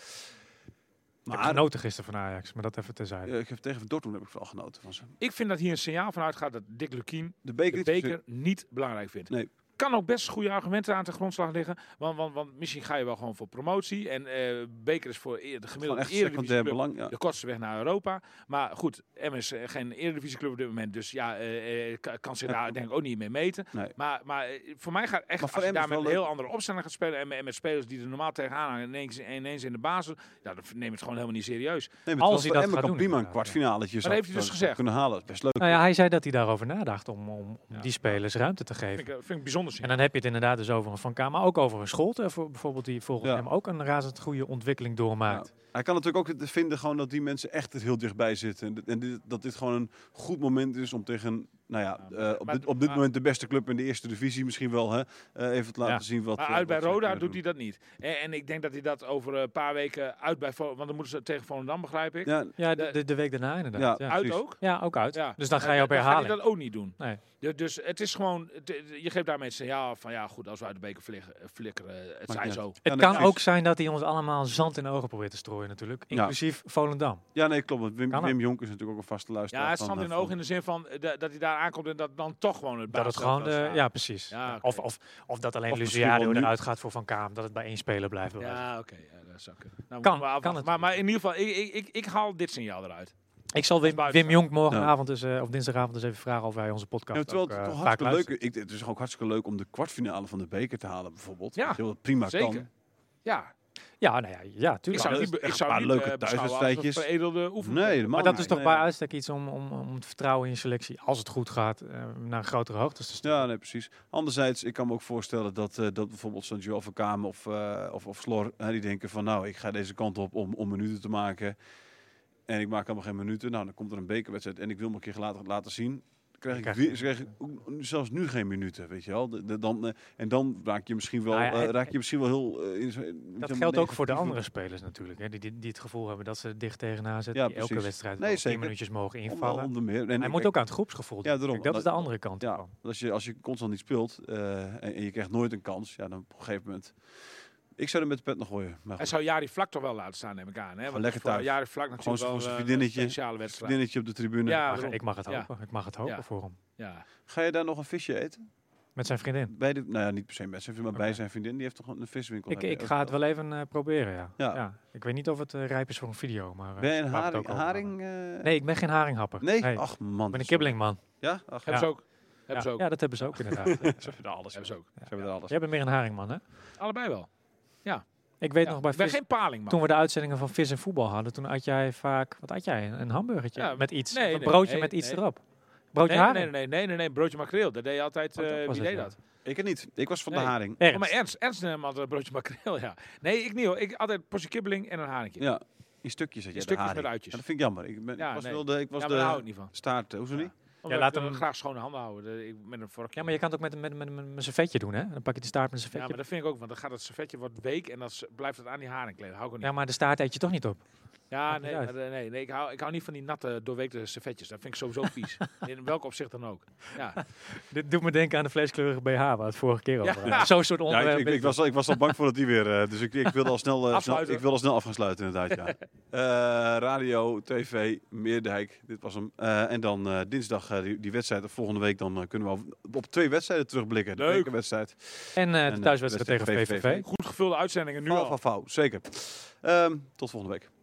[SPEAKER 3] Maar
[SPEAKER 2] Maar
[SPEAKER 3] genoten gisteren van Ajax, maar dat even terzijde.
[SPEAKER 2] eh, ik heb tegen Dortmund heb ik vooral genoten van ze.
[SPEAKER 4] Ik vind dat hier een signaal van uitgaat dat Dick Lukien
[SPEAKER 2] De beker,
[SPEAKER 4] de
[SPEAKER 2] niet-
[SPEAKER 4] beker niet belangrijk vindt.
[SPEAKER 2] Nee.
[SPEAKER 4] Kan ook best goede argumenten aan de grondslag liggen. Want, want, want misschien ga je wel gewoon voor promotie. En eh, beker is voor eer- de
[SPEAKER 2] Gewoon
[SPEAKER 4] gemiddelde
[SPEAKER 2] echt
[SPEAKER 4] eredivisieclub
[SPEAKER 2] secundair belang. Ja.
[SPEAKER 4] De kortste weg naar Europa. Maar goed, M is eh, geen eredivisieclub op dit moment. Dus ja, eh, eh, ka- kan zich daar denk ik ook niet mee meten.
[SPEAKER 2] Nee.
[SPEAKER 4] Maar, maar eh, voor mij gaat echt,
[SPEAKER 2] Maar voor
[SPEAKER 4] als je
[SPEAKER 2] M is
[SPEAKER 4] daar met
[SPEAKER 2] wel
[SPEAKER 4] een
[SPEAKER 2] leuk.
[SPEAKER 4] heel andere opstelling gaat spelen. En, met- en met spelers die er normaal tegenaan hangen. Ineens, ineens in de basis. Ja, dan neem je het gewoon helemaal niet serieus.
[SPEAKER 2] Nee, maar
[SPEAKER 3] Als
[SPEAKER 2] als
[SPEAKER 3] hij
[SPEAKER 2] hij
[SPEAKER 3] dat
[SPEAKER 2] dat
[SPEAKER 3] gaat
[SPEAKER 2] kan
[SPEAKER 3] doen,
[SPEAKER 2] prima een
[SPEAKER 3] inderdaad,
[SPEAKER 2] kwartfinaletje zou-
[SPEAKER 4] heeft hij dus
[SPEAKER 2] zou
[SPEAKER 4] gezegd?
[SPEAKER 2] kunnen halen. Dat is best leuk.
[SPEAKER 3] Nou ja, hij zei dat hij daarover nadacht om, om, om
[SPEAKER 4] Ja.
[SPEAKER 3] die spelers ruimte te geven.
[SPEAKER 4] Vind ik, eh, vind ik bijzonder
[SPEAKER 3] En
[SPEAKER 4] signaal.
[SPEAKER 3] dan heb je het inderdaad dus over een Van Kamer, maar ook over een Scholte voor- bijvoorbeeld, die volgens
[SPEAKER 2] Ja.
[SPEAKER 3] hem ook een razend goede ontwikkeling doormaakt.
[SPEAKER 2] Hij kan natuurlijk ook het vinden gewoon dat die mensen echt er heel dichtbij zitten. En, dit- en dit- dat dit gewoon een goed moment is om tegen, nou ja,
[SPEAKER 4] Ja, maar-
[SPEAKER 2] eh, op,
[SPEAKER 4] maar-
[SPEAKER 2] dit, op dit
[SPEAKER 4] maar-
[SPEAKER 2] moment de beste club in de eerste divisie misschien wel, hè, eh, even te laten
[SPEAKER 3] Ja.
[SPEAKER 2] zien wat...
[SPEAKER 4] Maar
[SPEAKER 2] eh,
[SPEAKER 4] uit bij
[SPEAKER 2] wat ze
[SPEAKER 4] Roda
[SPEAKER 2] kunnen
[SPEAKER 4] doet hij dat niet. En, en ik denk dat hij dat over eh, een paar weken uit bij Vo- Want dan moeten ze tegen Volendam, begrijp ik.
[SPEAKER 2] doen. Ja,
[SPEAKER 3] Ja, de, de, de week daarna inderdaad. Ja,
[SPEAKER 2] Ja.
[SPEAKER 3] ja.
[SPEAKER 4] uit
[SPEAKER 2] precies.
[SPEAKER 4] ook.
[SPEAKER 3] ook uit.
[SPEAKER 4] Ja. Eh,
[SPEAKER 3] Dus dan ga je op
[SPEAKER 4] Dan gaat hij
[SPEAKER 3] herhaling.
[SPEAKER 4] dat ook niet doen.
[SPEAKER 3] Nee.
[SPEAKER 4] Du- Dus het is gewoon, het- het- je geeft daarmee het signaal van ja goed, als we uit de beker flikkeren, eh, flikkeren het
[SPEAKER 2] Maakt
[SPEAKER 4] zij
[SPEAKER 2] niet
[SPEAKER 4] zo.
[SPEAKER 2] Ja,
[SPEAKER 3] Het
[SPEAKER 2] nee,
[SPEAKER 3] kan
[SPEAKER 2] precies.
[SPEAKER 3] ook zijn dat hij ons allemaal zand in de ogen probeert te strooien natuurlijk.
[SPEAKER 2] Ja.
[SPEAKER 3] Inclusief Volendam.
[SPEAKER 2] ja, nee, klopt. want Wim,
[SPEAKER 3] Kan
[SPEAKER 2] Wim Jonk is natuurlijk ook een vaste luisteraar.
[SPEAKER 4] Ja, het
[SPEAKER 2] van,
[SPEAKER 4] stand
[SPEAKER 2] eh,
[SPEAKER 4] in de
[SPEAKER 2] van-
[SPEAKER 4] oog in de zin van eh, da- dat hij daar aankomt en dat dan toch gewoon het
[SPEAKER 3] Dat het gewoon, de, ja precies.
[SPEAKER 4] Ja, oké.
[SPEAKER 3] of, of, of dat alleen
[SPEAKER 2] Of misschien
[SPEAKER 3] Luciano
[SPEAKER 2] wel nu.
[SPEAKER 3] eruit gaat voor Van Kaam, dat het bij één speler blijft. bij wijze van
[SPEAKER 4] Ja, oké, ja, dat zou kunnen. Nou,
[SPEAKER 3] Kan-
[SPEAKER 4] maar,
[SPEAKER 3] kan
[SPEAKER 4] afwachten.
[SPEAKER 3] het.
[SPEAKER 4] maar, maar in ieder geval, ik, ik, ik, ik haal dit signaal eruit.
[SPEAKER 3] Ik zal Wim, Wim
[SPEAKER 4] buitenstander.
[SPEAKER 3] Jong morgenavond dus, eh, of dinsdagavond dus even vragen of hij onze podcast
[SPEAKER 2] Ja, terwijl
[SPEAKER 3] ook,
[SPEAKER 2] het
[SPEAKER 3] eh,
[SPEAKER 2] toch
[SPEAKER 3] vaak
[SPEAKER 2] hartstikke leuk
[SPEAKER 3] luistert.
[SPEAKER 2] is. Ik- Het is ook hartstikke leuk om de kwartfinale van de beker te halen, bijvoorbeeld.
[SPEAKER 4] Ja,
[SPEAKER 2] Weet je wel, dat prima
[SPEAKER 4] Zeker.
[SPEAKER 2] kan.
[SPEAKER 4] Ja,
[SPEAKER 3] Ja, nou ja, ja
[SPEAKER 4] ik
[SPEAKER 3] tuurlijk.
[SPEAKER 4] zou
[SPEAKER 2] dat
[SPEAKER 4] niet,
[SPEAKER 2] is
[SPEAKER 4] be- ik
[SPEAKER 2] echt
[SPEAKER 4] zou
[SPEAKER 2] een
[SPEAKER 4] niet
[SPEAKER 2] paar
[SPEAKER 4] eh, leuke
[SPEAKER 2] leuke
[SPEAKER 4] thuiswedstrijdjes.
[SPEAKER 2] thuiswedstrijdjes.
[SPEAKER 4] veredelde oefening.
[SPEAKER 2] Nee, helemaal
[SPEAKER 3] Maar dat is
[SPEAKER 2] niet.
[SPEAKER 3] toch
[SPEAKER 2] Oh Nee,
[SPEAKER 3] bij
[SPEAKER 2] nee.
[SPEAKER 3] uitstek iets om, om, om het vertrouwen in je selectie, als het goed gaat, eh, naar grotere hoogtes te sturen.
[SPEAKER 2] Ja, nee, precies. Anderzijds, ik kan me ook voorstellen dat, eh, dat bijvoorbeeld zo'n Joel van Kamer of, eh, of, of Slor, hè, die denken van nou, ik ga deze kant op om, om minuten te maken. En ik maak allemaal geen minuten. Nou, dan komt er een bekerwedstrijd en ik wil me een keer laten, laten zien. Dan Krijg ik,
[SPEAKER 3] krijg
[SPEAKER 2] weer-
[SPEAKER 3] je-
[SPEAKER 2] krijg ik ook zelfs nu geen minuten, weet je wel. De- de- dan, eh, en dan raak je misschien wel,
[SPEAKER 3] Nou ja,
[SPEAKER 2] eh,
[SPEAKER 3] het-
[SPEAKER 2] raak je misschien wel heel... eh, in zo'n- in
[SPEAKER 3] Dat
[SPEAKER 2] zo'n
[SPEAKER 3] geldt ook voor de
[SPEAKER 2] negatieve-
[SPEAKER 3] andere spelers natuurlijk, hè, die, die, die het gevoel hebben dat ze er dicht tegenaan zitten,
[SPEAKER 2] Ja,
[SPEAKER 3] die elke
[SPEAKER 2] precies.
[SPEAKER 3] wedstrijd
[SPEAKER 2] Nee,
[SPEAKER 3] wel tien
[SPEAKER 2] zeker.
[SPEAKER 3] minuutjes mogen
[SPEAKER 2] Om-
[SPEAKER 3] invallen.
[SPEAKER 2] Onder meer. En
[SPEAKER 3] Hij
[SPEAKER 2] ik-
[SPEAKER 3] moet
[SPEAKER 2] ik-
[SPEAKER 3] ook aan het groepsgevoel denken.
[SPEAKER 2] daarom.
[SPEAKER 3] Kijk, dat is de
[SPEAKER 2] Dat-
[SPEAKER 3] andere kant
[SPEAKER 2] Ja,
[SPEAKER 3] ervan.
[SPEAKER 2] als je, als je constant niet speelt eh, en, en je krijgt nooit een kans, ja, dan op een gegeven moment... Ik zou er met de pet nog gooien. Maar
[SPEAKER 4] Hij
[SPEAKER 2] goed.
[SPEAKER 4] zou Jari Vlak toch wel laten staan, neem ik aan. Hè? Want
[SPEAKER 2] lekker
[SPEAKER 4] voor
[SPEAKER 2] thuis.
[SPEAKER 4] Jari Vlak natuurlijk
[SPEAKER 2] voor
[SPEAKER 4] wel
[SPEAKER 2] zijn
[SPEAKER 4] eh,
[SPEAKER 2] vriendinnetje.
[SPEAKER 4] een speciale wedstrijd.
[SPEAKER 2] Dinnetje op de tribune.
[SPEAKER 4] Ja,
[SPEAKER 3] Maar
[SPEAKER 4] daarom.
[SPEAKER 3] ik mag het
[SPEAKER 4] Ja.
[SPEAKER 3] hopen, ik mag het hopen
[SPEAKER 4] Ja.
[SPEAKER 3] voor hem.
[SPEAKER 4] Ja.
[SPEAKER 2] Ga je daar nog een visje eten?
[SPEAKER 3] Met zijn vriendin.
[SPEAKER 2] Bij de, nou ja, niet per se met zijn vriendin, maar bij
[SPEAKER 3] Oké.
[SPEAKER 2] zijn vriendin. Die heeft toch een viswinkel?
[SPEAKER 3] Ik,
[SPEAKER 2] heb je
[SPEAKER 3] ik
[SPEAKER 2] ook
[SPEAKER 3] ga het
[SPEAKER 2] verteld.
[SPEAKER 3] wel even eh, proberen, ja.
[SPEAKER 2] Ja.
[SPEAKER 3] Ja. Ik weet niet of het eh, rijp is voor een video, maar... eh,
[SPEAKER 2] Ben je een
[SPEAKER 3] laten we het
[SPEAKER 2] haring?
[SPEAKER 3] ook over hebben.
[SPEAKER 2] haring eh,
[SPEAKER 3] Nee, ik ben geen haringhapper.
[SPEAKER 2] Nee?
[SPEAKER 3] Nee,
[SPEAKER 2] Ach man.
[SPEAKER 3] ik ben een kibbelingman.
[SPEAKER 2] Ja? Ach,
[SPEAKER 4] Hebben ze ook. Hebben ze
[SPEAKER 3] Ja.
[SPEAKER 4] ook.
[SPEAKER 3] Ja, dat hebben ze ook inderdaad. Ja.
[SPEAKER 4] Ze hebben alles. Hebben ze ook.
[SPEAKER 2] ze hebben er alles.
[SPEAKER 3] Jij bent meer een haringman, hè?
[SPEAKER 4] Allebei wel.
[SPEAKER 3] Ik weet
[SPEAKER 4] Ja.
[SPEAKER 3] nog bij
[SPEAKER 4] ik ben
[SPEAKER 3] vis,
[SPEAKER 4] geen paling, man.
[SPEAKER 3] toen we de uitzendingen van vis en voetbal hadden, toen had jij vaak, wat had jij? Een, een hamburgertje
[SPEAKER 4] Ja,
[SPEAKER 3] met iets,
[SPEAKER 4] nee,
[SPEAKER 3] Of een
[SPEAKER 4] nee,
[SPEAKER 3] broodje
[SPEAKER 4] nee,
[SPEAKER 3] met iets
[SPEAKER 4] nee.
[SPEAKER 3] erop. Broodje
[SPEAKER 4] nee, nee,
[SPEAKER 3] haring.
[SPEAKER 4] nee, nee, nee, nee, nee, broodje makreel. Dat deed je altijd.
[SPEAKER 3] Oh, dat
[SPEAKER 4] eh,
[SPEAKER 3] was
[SPEAKER 4] wie
[SPEAKER 3] het,
[SPEAKER 4] deed
[SPEAKER 3] ja.
[SPEAKER 4] dat?
[SPEAKER 2] Ik het niet. Ik was van de
[SPEAKER 4] Nee.
[SPEAKER 2] haring.
[SPEAKER 4] Oh,
[SPEAKER 3] Ernst.
[SPEAKER 4] maar Ernst, Ernst nam altijd een broodje makreel, ja. Nee, ik niet hoor. Ik altijd portie kibbeling en een haringje. Ja,
[SPEAKER 2] Ja. In stukjes had jij
[SPEAKER 4] stukjes
[SPEAKER 2] de haring.
[SPEAKER 4] met uitjes.
[SPEAKER 2] Ja, dat vind ik jammer. Ik, ben,
[SPEAKER 4] Ja,
[SPEAKER 2] ik was
[SPEAKER 4] nee.
[SPEAKER 2] wel de, ik was
[SPEAKER 4] maar daar hou ik
[SPEAKER 2] de
[SPEAKER 4] niet van.
[SPEAKER 2] staart. eh, Hoezo
[SPEAKER 4] Ja.
[SPEAKER 2] niet?
[SPEAKER 4] Omdat
[SPEAKER 3] laat
[SPEAKER 4] ik, eh,
[SPEAKER 3] hem-
[SPEAKER 4] graag schone handen houden. Eh, Ik, met een vorkje.
[SPEAKER 3] Ja, maar je kan het ook met, met, met, met een servetje doen, hè? Dan pak je de staart met een
[SPEAKER 4] Ja, maar
[SPEAKER 3] servetje.
[SPEAKER 4] dat vind ik ook, want dan gaat het servetje wat week en dan s- blijft het aan die haren kleden. Hou ik ook
[SPEAKER 3] Ja,
[SPEAKER 4] niet.
[SPEAKER 3] maar de staart eet je toch niet op?
[SPEAKER 4] Ja,
[SPEAKER 3] maakt
[SPEAKER 4] nee,
[SPEAKER 3] niet
[SPEAKER 4] maar, eh, nee, nee ik, hou, ik hou niet van die natte, doorweekte servetjes. Dat vind ik sowieso vies. In welk opzicht dan ook. Ja,
[SPEAKER 3] Dit doet me denken aan de vleeskleurige BH, waar we het vorige keer over
[SPEAKER 4] Ja.
[SPEAKER 3] hadden. Zo'n soort
[SPEAKER 2] Ja,
[SPEAKER 3] onderwerp.
[SPEAKER 2] ik, ik, ik was, al- ik was al bang voor dat die weer. eh, dus ik, ik wilde al snel, eh, snel,
[SPEAKER 4] Afsluiten.
[SPEAKER 2] ik wilde al snel af gaan sluiten, inderdaad. Ja. Eh, radio, TV, Meerdijk, dit was hem. Eh, en dan eh, dinsdag eh, die, die wedstrijd. Of volgende week dan eh, kunnen we op, op twee wedstrijden terugblikken.
[SPEAKER 4] Leuk.
[SPEAKER 2] De bekerwedstrijd.
[SPEAKER 3] en eh,
[SPEAKER 2] En,
[SPEAKER 3] de
[SPEAKER 2] eh,
[SPEAKER 3] thuiswedstrijd tegen
[SPEAKER 2] wedstrijd
[SPEAKER 3] VVV.
[SPEAKER 2] tegen
[SPEAKER 4] goed gevulde uitzendingen nu
[SPEAKER 2] Nu al
[SPEAKER 4] al.
[SPEAKER 2] van fout, zeker. Ehm, tot volgende week.